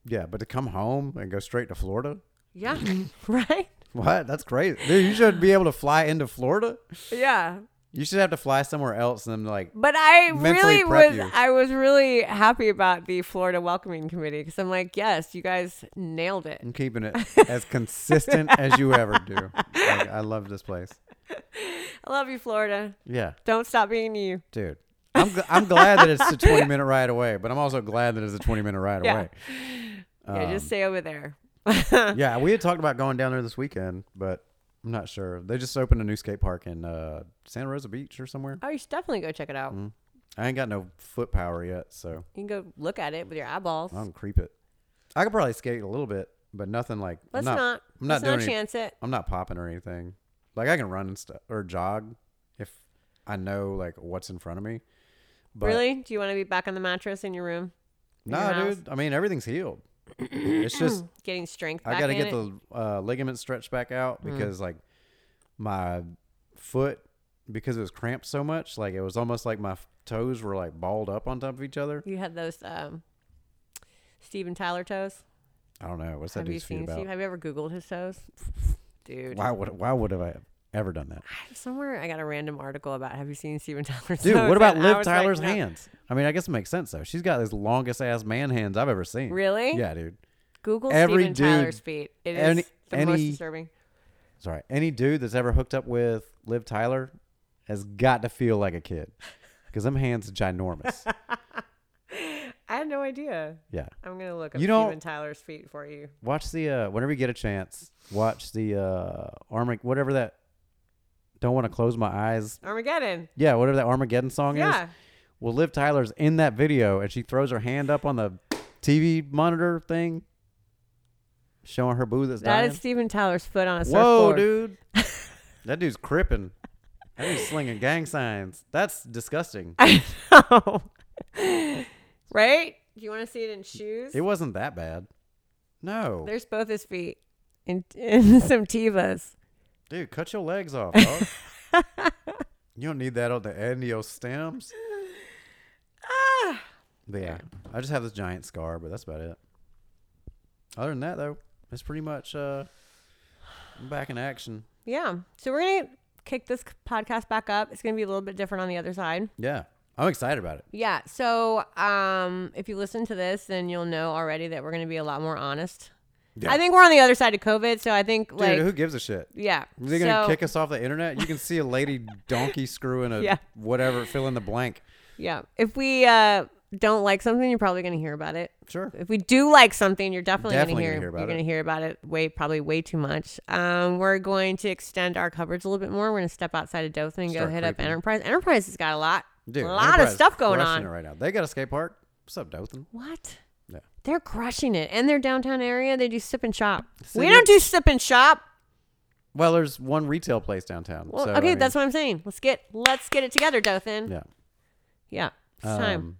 Speaker 2: yeah, but to come home and go straight to Florida.
Speaker 3: Yeah, right.
Speaker 2: What? That's crazy. Dude, you should be able to fly into Florida.
Speaker 3: Yeah,
Speaker 2: You should have to fly somewhere else and then like
Speaker 3: but I
Speaker 2: Mentally
Speaker 3: really
Speaker 2: prep
Speaker 3: was
Speaker 2: you.
Speaker 3: I was really happy about the Florida welcoming committee because I'm like, yes, you guys nailed it.
Speaker 2: I'm keeping it as consistent as you ever do. Like, I love this place.
Speaker 3: I love you, Florida.
Speaker 2: Yeah,
Speaker 3: Don't stop being you.
Speaker 2: dude. I'm gl- I'm glad that it's a 20 minute ride away, but I'm also glad that it's a 20 minute ride
Speaker 3: Yeah.
Speaker 2: away.
Speaker 3: yeah, just stay over there.
Speaker 2: Um, Yeah, we had talked about going down there this weekend, but I'm not sure. They just opened a new skate park in uh, Santa Rosa Beach or somewhere.
Speaker 3: Oh, you should definitely go check it out.
Speaker 2: I ain't got no foot power yet, so
Speaker 3: You can go look at it with your eyeballs.
Speaker 2: I don't creep it. I could probably skate a little bit, but nothing like I'm
Speaker 3: Let's
Speaker 2: not,
Speaker 3: not.
Speaker 2: I'm not
Speaker 3: let's
Speaker 2: doing
Speaker 3: not
Speaker 2: any-
Speaker 3: chance it.
Speaker 2: I'm not popping or anything. Like I can run and stuff or jog if I know like what's in front of me. But
Speaker 3: really? Do you want to be back on the mattress in your room? in your
Speaker 2: Nah,
Speaker 3: house?
Speaker 2: dude. I mean, everything's healed. it's just
Speaker 3: Getting strength. Back
Speaker 2: I got to
Speaker 3: in
Speaker 2: get
Speaker 3: it? Hmm.
Speaker 2: the uh, ligament stretched back out because like my foot because it was cramped so much, like it was almost like my f- toes were like balled up on top of each other.
Speaker 3: You had those um, Steven Tyler toes.
Speaker 2: I don't know what's that
Speaker 3: Have you
Speaker 2: dude's feet
Speaker 3: seen
Speaker 2: about.
Speaker 3: Steve? Have you ever Googled his toes? Dude.
Speaker 2: Why would why would have I ever done that,
Speaker 3: Somewhere I got a random article about have you seen Steven Tyler's
Speaker 2: dude?
Speaker 3: toes?
Speaker 2: what about
Speaker 3: And I
Speaker 2: Liv
Speaker 3: was like,
Speaker 2: Tyler's
Speaker 3: no.
Speaker 2: hands? I mean, I guess it makes sense though. She's got the longest ass man hands I've ever seen.
Speaker 3: Really?
Speaker 2: Yeah, dude.
Speaker 3: Google
Speaker 2: Every
Speaker 3: Steven
Speaker 2: dude-
Speaker 3: Tyler's feet. It is
Speaker 2: any-
Speaker 3: the most
Speaker 2: any-
Speaker 3: disturbing.
Speaker 2: Sorry. Any dude that's ever hooked up with Liv Tyler has got to feel like a kid because them hands are ginormous.
Speaker 3: I had no idea.
Speaker 2: yeah.
Speaker 3: I'm gonna look up
Speaker 2: You don't-
Speaker 3: Steven Tyler's feet for you.
Speaker 2: Watch the, uh, whenever you get a chance, watch the uh, Armag whatever that, don't want to close my eyes.
Speaker 3: Armageddon.
Speaker 2: Yeah, whatever that Armageddon song is.
Speaker 3: Yeah.
Speaker 2: Well, Liv Tyler's in that video and she throws her hand up on the TV monitor thing, showing her boo that's
Speaker 3: That
Speaker 2: dying.
Speaker 3: is Steven Tyler's foot on a
Speaker 2: Whoa,
Speaker 3: surfboard.
Speaker 2: dude. that dude's cripping. That dude's slinging gang signs. That's disgusting.
Speaker 3: I know. right? Do you want to see it in shoes?
Speaker 2: It wasn't that bad. No.
Speaker 3: There's both his feet and, and some Tevas.
Speaker 2: Dude, cut your legs off, dog. you don't need that on the end of your stems.
Speaker 3: Ah.
Speaker 2: But yeah. I just have this giant scar, but that's about it. Other than that though, it's pretty much uh I'm back in action.
Speaker 3: Yeah. So we're going to kick this podcast back up. It's going to be a little bit different on the other side.
Speaker 2: Yeah. I'm excited about it.
Speaker 3: Yeah. So um, if you listen to this, then you'll know already that we're going to be a lot more honest.
Speaker 2: Yeah.
Speaker 3: I think we're on the other side of COVID. So I think,
Speaker 2: Dude,
Speaker 3: like,
Speaker 2: who gives a shit?
Speaker 3: yeah.
Speaker 2: They're gonna
Speaker 3: So-
Speaker 2: kick us off the internet. You can see a lady donkey screwing a
Speaker 3: Yeah.
Speaker 2: whatever, fill in the blank.
Speaker 3: Yeah. If we uh, don't like something, you're probably going to hear about it.
Speaker 2: Sure.
Speaker 3: if we do like something, you're definitely,
Speaker 2: Definitely
Speaker 3: gonna hear,
Speaker 2: gonna hear about
Speaker 3: you're
Speaker 2: it.
Speaker 3: gonna hear about it way probably way too much. Um, we're going to extend our coverage a little bit more. We're gonna step outside of Dothan and
Speaker 2: Start
Speaker 3: go hit up
Speaker 2: creeping.
Speaker 3: Enterprise. Enterprise has got a lot,
Speaker 2: Dude,
Speaker 3: a lot of
Speaker 2: Enterprise
Speaker 3: stuff going
Speaker 2: crushing
Speaker 3: on.
Speaker 2: it right now. They got a skate park. What's up, Dothan?
Speaker 3: What?
Speaker 2: Yeah.
Speaker 3: They're crushing it, and their downtown area. They do sip and shop.
Speaker 2: See,
Speaker 3: we don't do sip and shop.
Speaker 2: Well, there's one retail place downtown.
Speaker 3: Well,
Speaker 2: so, I
Speaker 3: okay,
Speaker 2: mean,
Speaker 3: that's what I'm saying. Let's get let's get it together, Dothan. Yeah,
Speaker 2: yeah.
Speaker 3: it's time
Speaker 2: Um,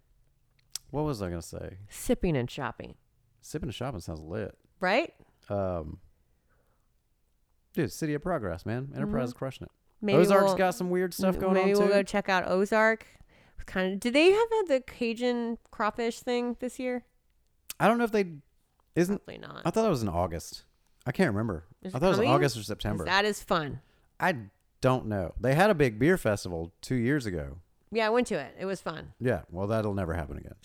Speaker 2: what was I gonna say?
Speaker 3: sipping and shopping,
Speaker 2: Sipping and shopping sounds lit.
Speaker 3: right?
Speaker 2: Um, dude, City of Progress, man. Enterprise is crushing it.
Speaker 3: Mm-hmm. Maybe
Speaker 2: Ozark's
Speaker 3: we'll-
Speaker 2: got some weird stuff going
Speaker 3: Maybe
Speaker 2: on
Speaker 3: we'll
Speaker 2: too.
Speaker 3: go check out Ozark. Kind of. Do they have had the Cajun crawfish thing this year?
Speaker 2: I don't know if they isn't.
Speaker 3: Probably not.
Speaker 2: I thought that was in August. I can't remember.
Speaker 3: Is
Speaker 2: I
Speaker 3: it
Speaker 2: thought it was in
Speaker 3: coming?
Speaker 2: August or
Speaker 3: 'Cause
Speaker 2: September.
Speaker 3: That is fun.
Speaker 2: I don't know. They had a big beer festival two years ago.
Speaker 3: Yeah, I went to it. It was fun.
Speaker 2: Yeah. Well, that'll never happen again.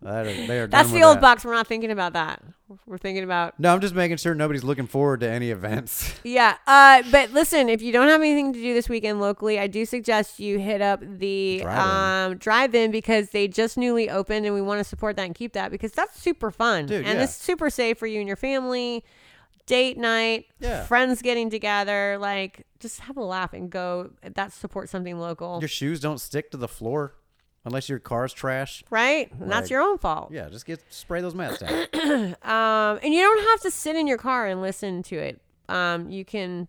Speaker 2: that is, they are
Speaker 3: That's
Speaker 2: done
Speaker 3: the
Speaker 2: with
Speaker 3: old
Speaker 2: that.
Speaker 3: box. We're not thinking about that. We're thinking about
Speaker 2: No, I'm just making sure nobody's looking forward to any events.
Speaker 3: yeah. Uh, but listen, if you don't have anything to do this weekend locally, I do suggest you hit up the
Speaker 2: Drive-in.
Speaker 3: um, drive-in because they just newly opened, and we want to support that and keep that because that's super fun
Speaker 2: Dude,
Speaker 3: and
Speaker 2: yeah.
Speaker 3: it's super safe for you and your family. Date night,
Speaker 2: Yeah.
Speaker 3: friends getting together, like just have a laugh and go. That supports something local,
Speaker 2: Your shoes don't stick to the floor unless your car's trash.
Speaker 3: right? And
Speaker 2: Right.
Speaker 3: that's your own fault.
Speaker 2: Yeah, just get spray those mats down.
Speaker 3: Um, and you don't have to sit in your car and listen to it. Um, you can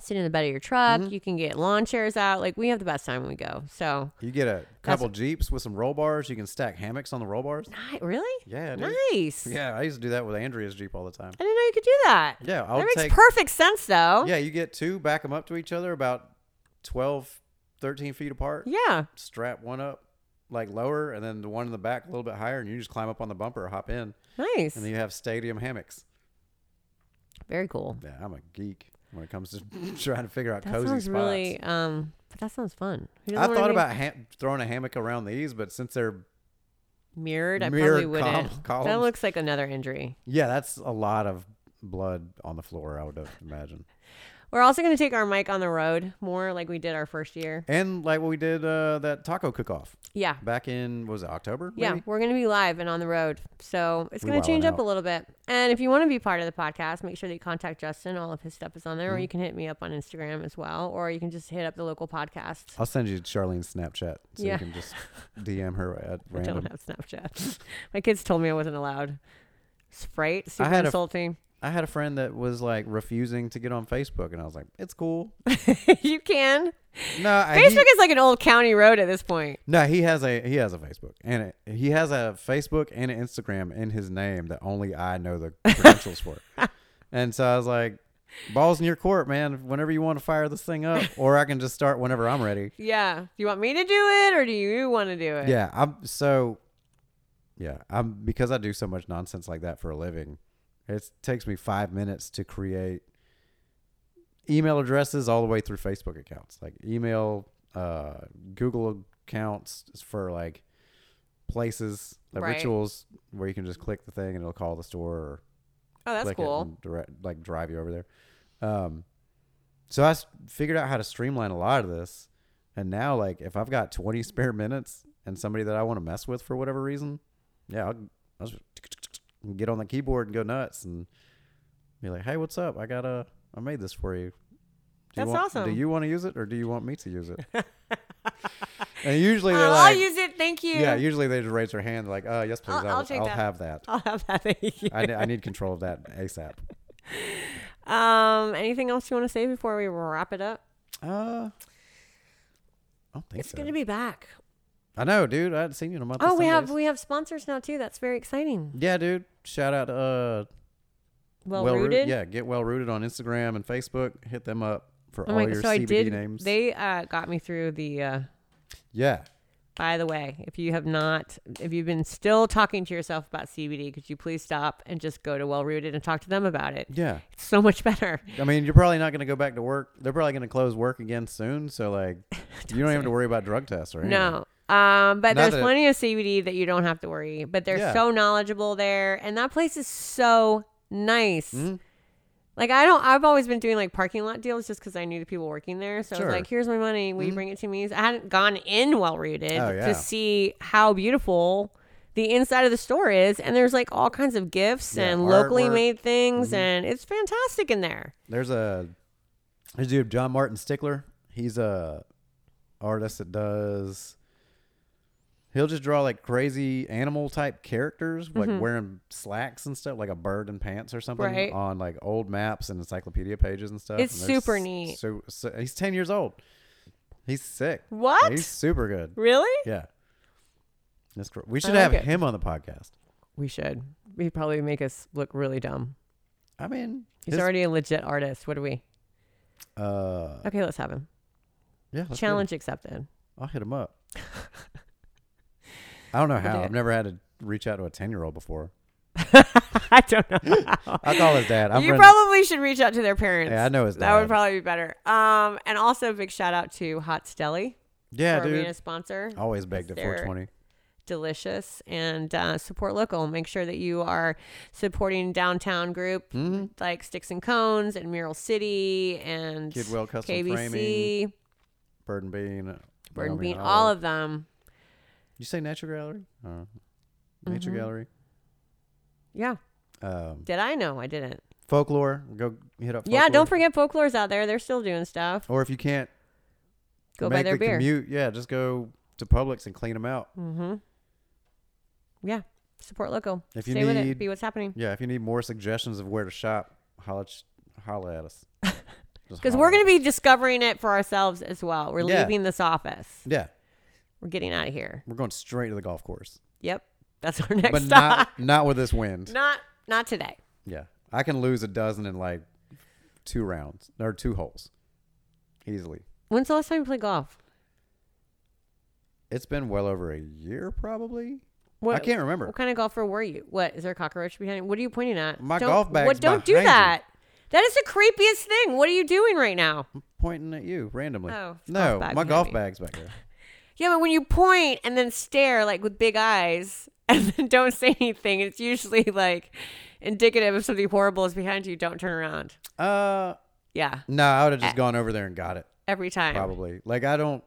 Speaker 3: sit in the bed of your truck.
Speaker 2: Mm-hmm.
Speaker 3: You can get lawn chairs out. Like we have the best time when we go. So
Speaker 2: You get a couple Jeeps with some roll bars. You can stack hammocks on the roll bars.
Speaker 3: Ni- really,
Speaker 2: Yeah, dude.
Speaker 3: nice.
Speaker 2: Yeah, I used to do that with Andrea's Jeep all the time.
Speaker 3: I didn't know you could do that.
Speaker 2: Yeah, I would
Speaker 3: that makes
Speaker 2: take-
Speaker 3: perfect sense though.
Speaker 2: Yeah, you get two, back them up to each other about 12, 13 feet apart.
Speaker 3: Yeah.
Speaker 2: Strap one up like lower and then the one in the back a little bit higher and you just climb up on the bumper or hop in
Speaker 3: Nice.
Speaker 2: and then you have stadium hammocks.
Speaker 3: Very cool.
Speaker 2: Yeah, I'm a geek when it comes to trying to figure out
Speaker 3: That
Speaker 2: cozy
Speaker 3: sounds
Speaker 2: spots.
Speaker 3: really um but that sounds fun. Who doesn't
Speaker 2: I
Speaker 3: wanna
Speaker 2: thought
Speaker 3: be
Speaker 2: about ha- throwing a hammock around these, but since they're
Speaker 3: mirrored, I probably
Speaker 2: mirrored
Speaker 3: wouldn't.
Speaker 2: col-
Speaker 3: That
Speaker 2: columns.
Speaker 3: looks like another injury.
Speaker 2: yeah, that's a lot of blood on the floor. I would imagine,
Speaker 3: We're also going to take our mic on the road more like we did our first year.
Speaker 2: and like what we did uh, that taco cook-off
Speaker 3: Yeah.
Speaker 2: back in what was it October?
Speaker 3: Yeah,
Speaker 2: maybe?
Speaker 3: we're going to be live and on the road. So it's
Speaker 2: We
Speaker 3: going to
Speaker 2: wildin'
Speaker 3: change up
Speaker 2: out.
Speaker 3: a little bit. And if you want to be part of the podcast, make sure that you contact Justin. All of his stuff is on there, or
Speaker 2: Mm-hmm.
Speaker 3: you can hit me up on Instagram as well, or you can just hit up the local podcast.
Speaker 2: I'll send you Charlene's Snapchat so
Speaker 3: Yeah.
Speaker 2: you can just DM her at
Speaker 3: I
Speaker 2: random.
Speaker 3: don't have Snapchat. My kids told me I wasn't allowed. Sprite, super
Speaker 2: had a-
Speaker 3: insulting.
Speaker 2: I had a friend that was like refusing to get on Facebook, and I was like, "It's cool."
Speaker 3: you can.
Speaker 2: No, I- he-
Speaker 3: Facebook is like an old county road at this point.
Speaker 2: No, he has a he has a Facebook and it, he has a Facebook and an Instagram in his name that only I know the credentials for. And so I was like, "Balls in your court, man. Whenever you want to fire this thing up, or I can just start whenever I'm ready."
Speaker 3: Yeah. Do you want me to do it or do you want to do it?
Speaker 2: Yeah, I'm so. Yeah, I'm because I do so much nonsense like that for a living. It takes me five minutes to create email addresses all the way through Facebook accounts, like email, uh, Google accounts for like places, like
Speaker 3: Right.
Speaker 2: rituals where you can just click the thing and it'll call the store or
Speaker 3: Oh, that's
Speaker 2: click it
Speaker 3: cool.
Speaker 2: and direct, like drive you over there. Um, so I s- figured out how to streamline a lot of this, and now like if I've got 20 spare minutes and somebody that I want to mess with for whatever reason, yeah, I'll, I'll just get on the keyboard and go nuts and be like, hey, what's up? I got a, I made this for you. Do
Speaker 3: That's
Speaker 2: you want, Do
Speaker 3: awesome.
Speaker 2: you want to use it or do you want me to use it? and usually they're
Speaker 3: I'll,
Speaker 2: like,
Speaker 3: use it. Thank you.
Speaker 2: yeah, usually they just raise their hand like, uh, yes, please,
Speaker 3: I'll-
Speaker 2: I'll,
Speaker 3: I'll
Speaker 2: I'll,
Speaker 3: take that.
Speaker 2: have that.
Speaker 3: I'll have that. Thank you.
Speaker 2: I, ne- I need control of that ASAP.
Speaker 3: Um, anything else you want to say before we wrap it up?
Speaker 2: Uh, I don't think
Speaker 3: It's
Speaker 2: so.
Speaker 3: going to be back.
Speaker 2: I know, dude. I hadn't seen you in a month.
Speaker 3: Oh,
Speaker 2: of
Speaker 3: we have
Speaker 2: Sundays.
Speaker 3: we have sponsors now too. That's very exciting.
Speaker 2: yeah, dude. Shout out to uh,
Speaker 3: Well, rooted.
Speaker 2: Yeah, get well rooted on Instagram and Facebook. Hit them up for
Speaker 3: Oh
Speaker 2: all
Speaker 3: my
Speaker 2: your
Speaker 3: god. So I
Speaker 2: CBD
Speaker 3: did.
Speaker 2: names.
Speaker 3: They uh, got me through the. Uh,
Speaker 2: yeah,
Speaker 3: by the way, if you have not, if you've been still talking to yourself about CBD, could you please stop and just go to Well Rooted and talk to them about it?
Speaker 2: yeah.
Speaker 3: It's so much better.
Speaker 2: I mean, you're probably not going to go back to work. They're probably going to close work again soon. So like, you don't have to worry about drug tests or anything.
Speaker 3: No. Um, but
Speaker 2: Not
Speaker 3: there's
Speaker 2: that it-
Speaker 3: plenty of CBD that you don't have to worry. But they're
Speaker 2: Yeah.
Speaker 3: so knowledgeable there, and that place is so nice.
Speaker 2: Mhm.
Speaker 3: Like I don't, I've always been doing like parking lot deals just because I knew the people working there. So I
Speaker 2: Sure. Mm-hmm.
Speaker 3: was like, "Here's my money. Will you bring it to me?" So I hadn't gone in well rooted
Speaker 2: Oh, yeah.
Speaker 3: to see how beautiful the inside of the store is, and there's like all kinds of gifts
Speaker 2: Yeah,
Speaker 3: and locally
Speaker 2: artwork. Mm-hmm.
Speaker 3: made things, and it's fantastic in there.
Speaker 2: There's a there's a dude John Martin Stickler. He's a artist that does. He'll just draw like crazy animal type characters, like wearing slacks and stuff, like a bird in pants or something,
Speaker 3: Mm-hmm. Right.
Speaker 2: on like old maps and encyclopedia pages and stuff.
Speaker 3: It's
Speaker 2: and they're
Speaker 3: super
Speaker 2: s-
Speaker 3: neat.
Speaker 2: So, so he's ten years old. He's sick.
Speaker 3: What?
Speaker 2: He's super good.
Speaker 3: really?
Speaker 2: Yeah. That's cool. We should
Speaker 3: like
Speaker 2: have
Speaker 3: it.
Speaker 2: him on the podcast.
Speaker 3: We should. He'd probably make us look really dumb.
Speaker 2: I mean,
Speaker 3: He's
Speaker 2: his-
Speaker 3: already a legit artist. What do we?
Speaker 2: uh,
Speaker 3: Okay, let's have him.
Speaker 2: yeah, let's get him.
Speaker 3: Challenge accepted.
Speaker 2: I'll hit him up. I don't know how.
Speaker 3: do it.
Speaker 2: I've never had to reach out to a 10 year old before.
Speaker 3: I don't know. how.
Speaker 2: I call his dad. I'm
Speaker 3: you
Speaker 2: friends-
Speaker 3: probably should reach out to their parents.
Speaker 2: Yeah, I know his
Speaker 3: That would
Speaker 2: dad.
Speaker 3: probably be better. Um, and also a big shout out to Hot Stelly
Speaker 2: yeah,
Speaker 3: for being a
Speaker 2: dude. Oh.
Speaker 3: sponsor.
Speaker 2: Always begged at
Speaker 3: They're
Speaker 2: 420.
Speaker 3: Delicious and uh, support local. Make sure that you are supporting downtown group
Speaker 2: Hmm. Mm-hmm.
Speaker 3: like Sticks and Cones and Mural City and
Speaker 2: Kidwell Custom
Speaker 3: KBC,
Speaker 2: Framing, Bird and Bean.
Speaker 3: Bird and
Speaker 2: Wyoming
Speaker 3: Bean,
Speaker 2: Olive.
Speaker 3: all of them.
Speaker 2: You say Nature Gallery? Uh, Nature
Speaker 3: Mm-hmm.
Speaker 2: Gallery.
Speaker 3: Yeah.
Speaker 2: Um,
Speaker 3: Did I know? I didn't.
Speaker 2: folklore. Go hit up.
Speaker 3: Yeah. Don't
Speaker 2: Folklore.
Speaker 3: forget folklore's out there. They're still doing stuff.
Speaker 2: Or if you can't
Speaker 3: Go
Speaker 2: make
Speaker 3: buy their
Speaker 2: the
Speaker 3: beer.
Speaker 2: commute, yeah, just go to Publix and clean them out.
Speaker 3: Mm-hmm. Yeah. Support local.
Speaker 2: If you
Speaker 3: Stay with it.
Speaker 2: need-
Speaker 3: Be what's happening.
Speaker 2: Yeah, if you need more suggestions of where to shop, holla, holla at us.
Speaker 3: Because we're going to be discovering it for ourselves as well. We're
Speaker 2: Yeah.
Speaker 3: leaving this office.
Speaker 2: Yeah,
Speaker 3: We're getting out of here.
Speaker 2: we're going straight to the golf course,
Speaker 3: Yep. That's our next
Speaker 2: but
Speaker 3: stop.
Speaker 2: not not with this wind.
Speaker 3: Not, not today.
Speaker 2: Yeah, I can lose a dozen in like two rounds or two holes, easily.
Speaker 3: When's the last time you played golf?
Speaker 2: It's been well over a year, probably.
Speaker 3: What,
Speaker 2: I can't remember.
Speaker 3: What kind of golfer were you? What is there a cockroach behind you? What are you pointing at?
Speaker 2: My
Speaker 3: Don't-
Speaker 2: golf bag's
Speaker 3: What? Don't do
Speaker 2: behind you.
Speaker 3: that. That is the creepiest thing. What are you doing right now?
Speaker 2: Pointing at you randomly.
Speaker 3: Oh, it's
Speaker 2: no,
Speaker 3: golf bag
Speaker 2: my
Speaker 3: behind
Speaker 2: golf
Speaker 3: me.
Speaker 2: bag's back there.
Speaker 3: Yeah, but when you point and then stare like with big eyes and then don't say anything, it's usually like indicative of something horrible is behind you. Don't turn around.
Speaker 2: Uh,
Speaker 3: Yeah,
Speaker 2: no, I would have
Speaker 3: Eh.
Speaker 2: just gone over there and got it.
Speaker 3: every time.
Speaker 2: Probably. Like I don't,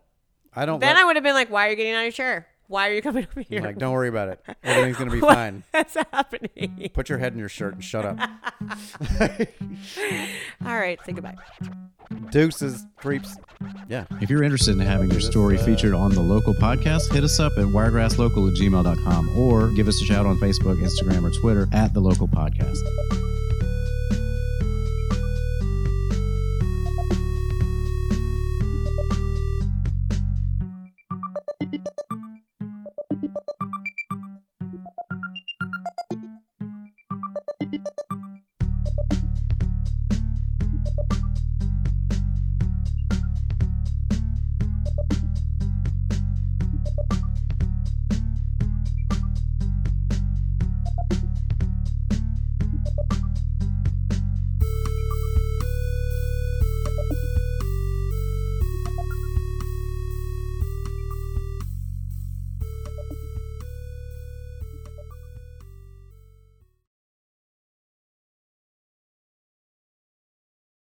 Speaker 2: I don't.
Speaker 3: Eh. Then
Speaker 2: let-
Speaker 3: I would have been like, "Why are you getting out of your chair? Why are you coming over here?
Speaker 2: like don't worry about it. Everything's gonna be
Speaker 3: What-
Speaker 2: fine.
Speaker 3: What's happening?"
Speaker 2: Put your head in your shirt and shut up. Mm.
Speaker 3: All right, say goodbye.
Speaker 2: Deuces, creeps. Yeah.
Speaker 1: If you're interested in having your story featured on the local podcast, hit us up at wiregrasslocal at gmail.com or give us a shout on Facebook, Instagram, or Twitter at the local podcast.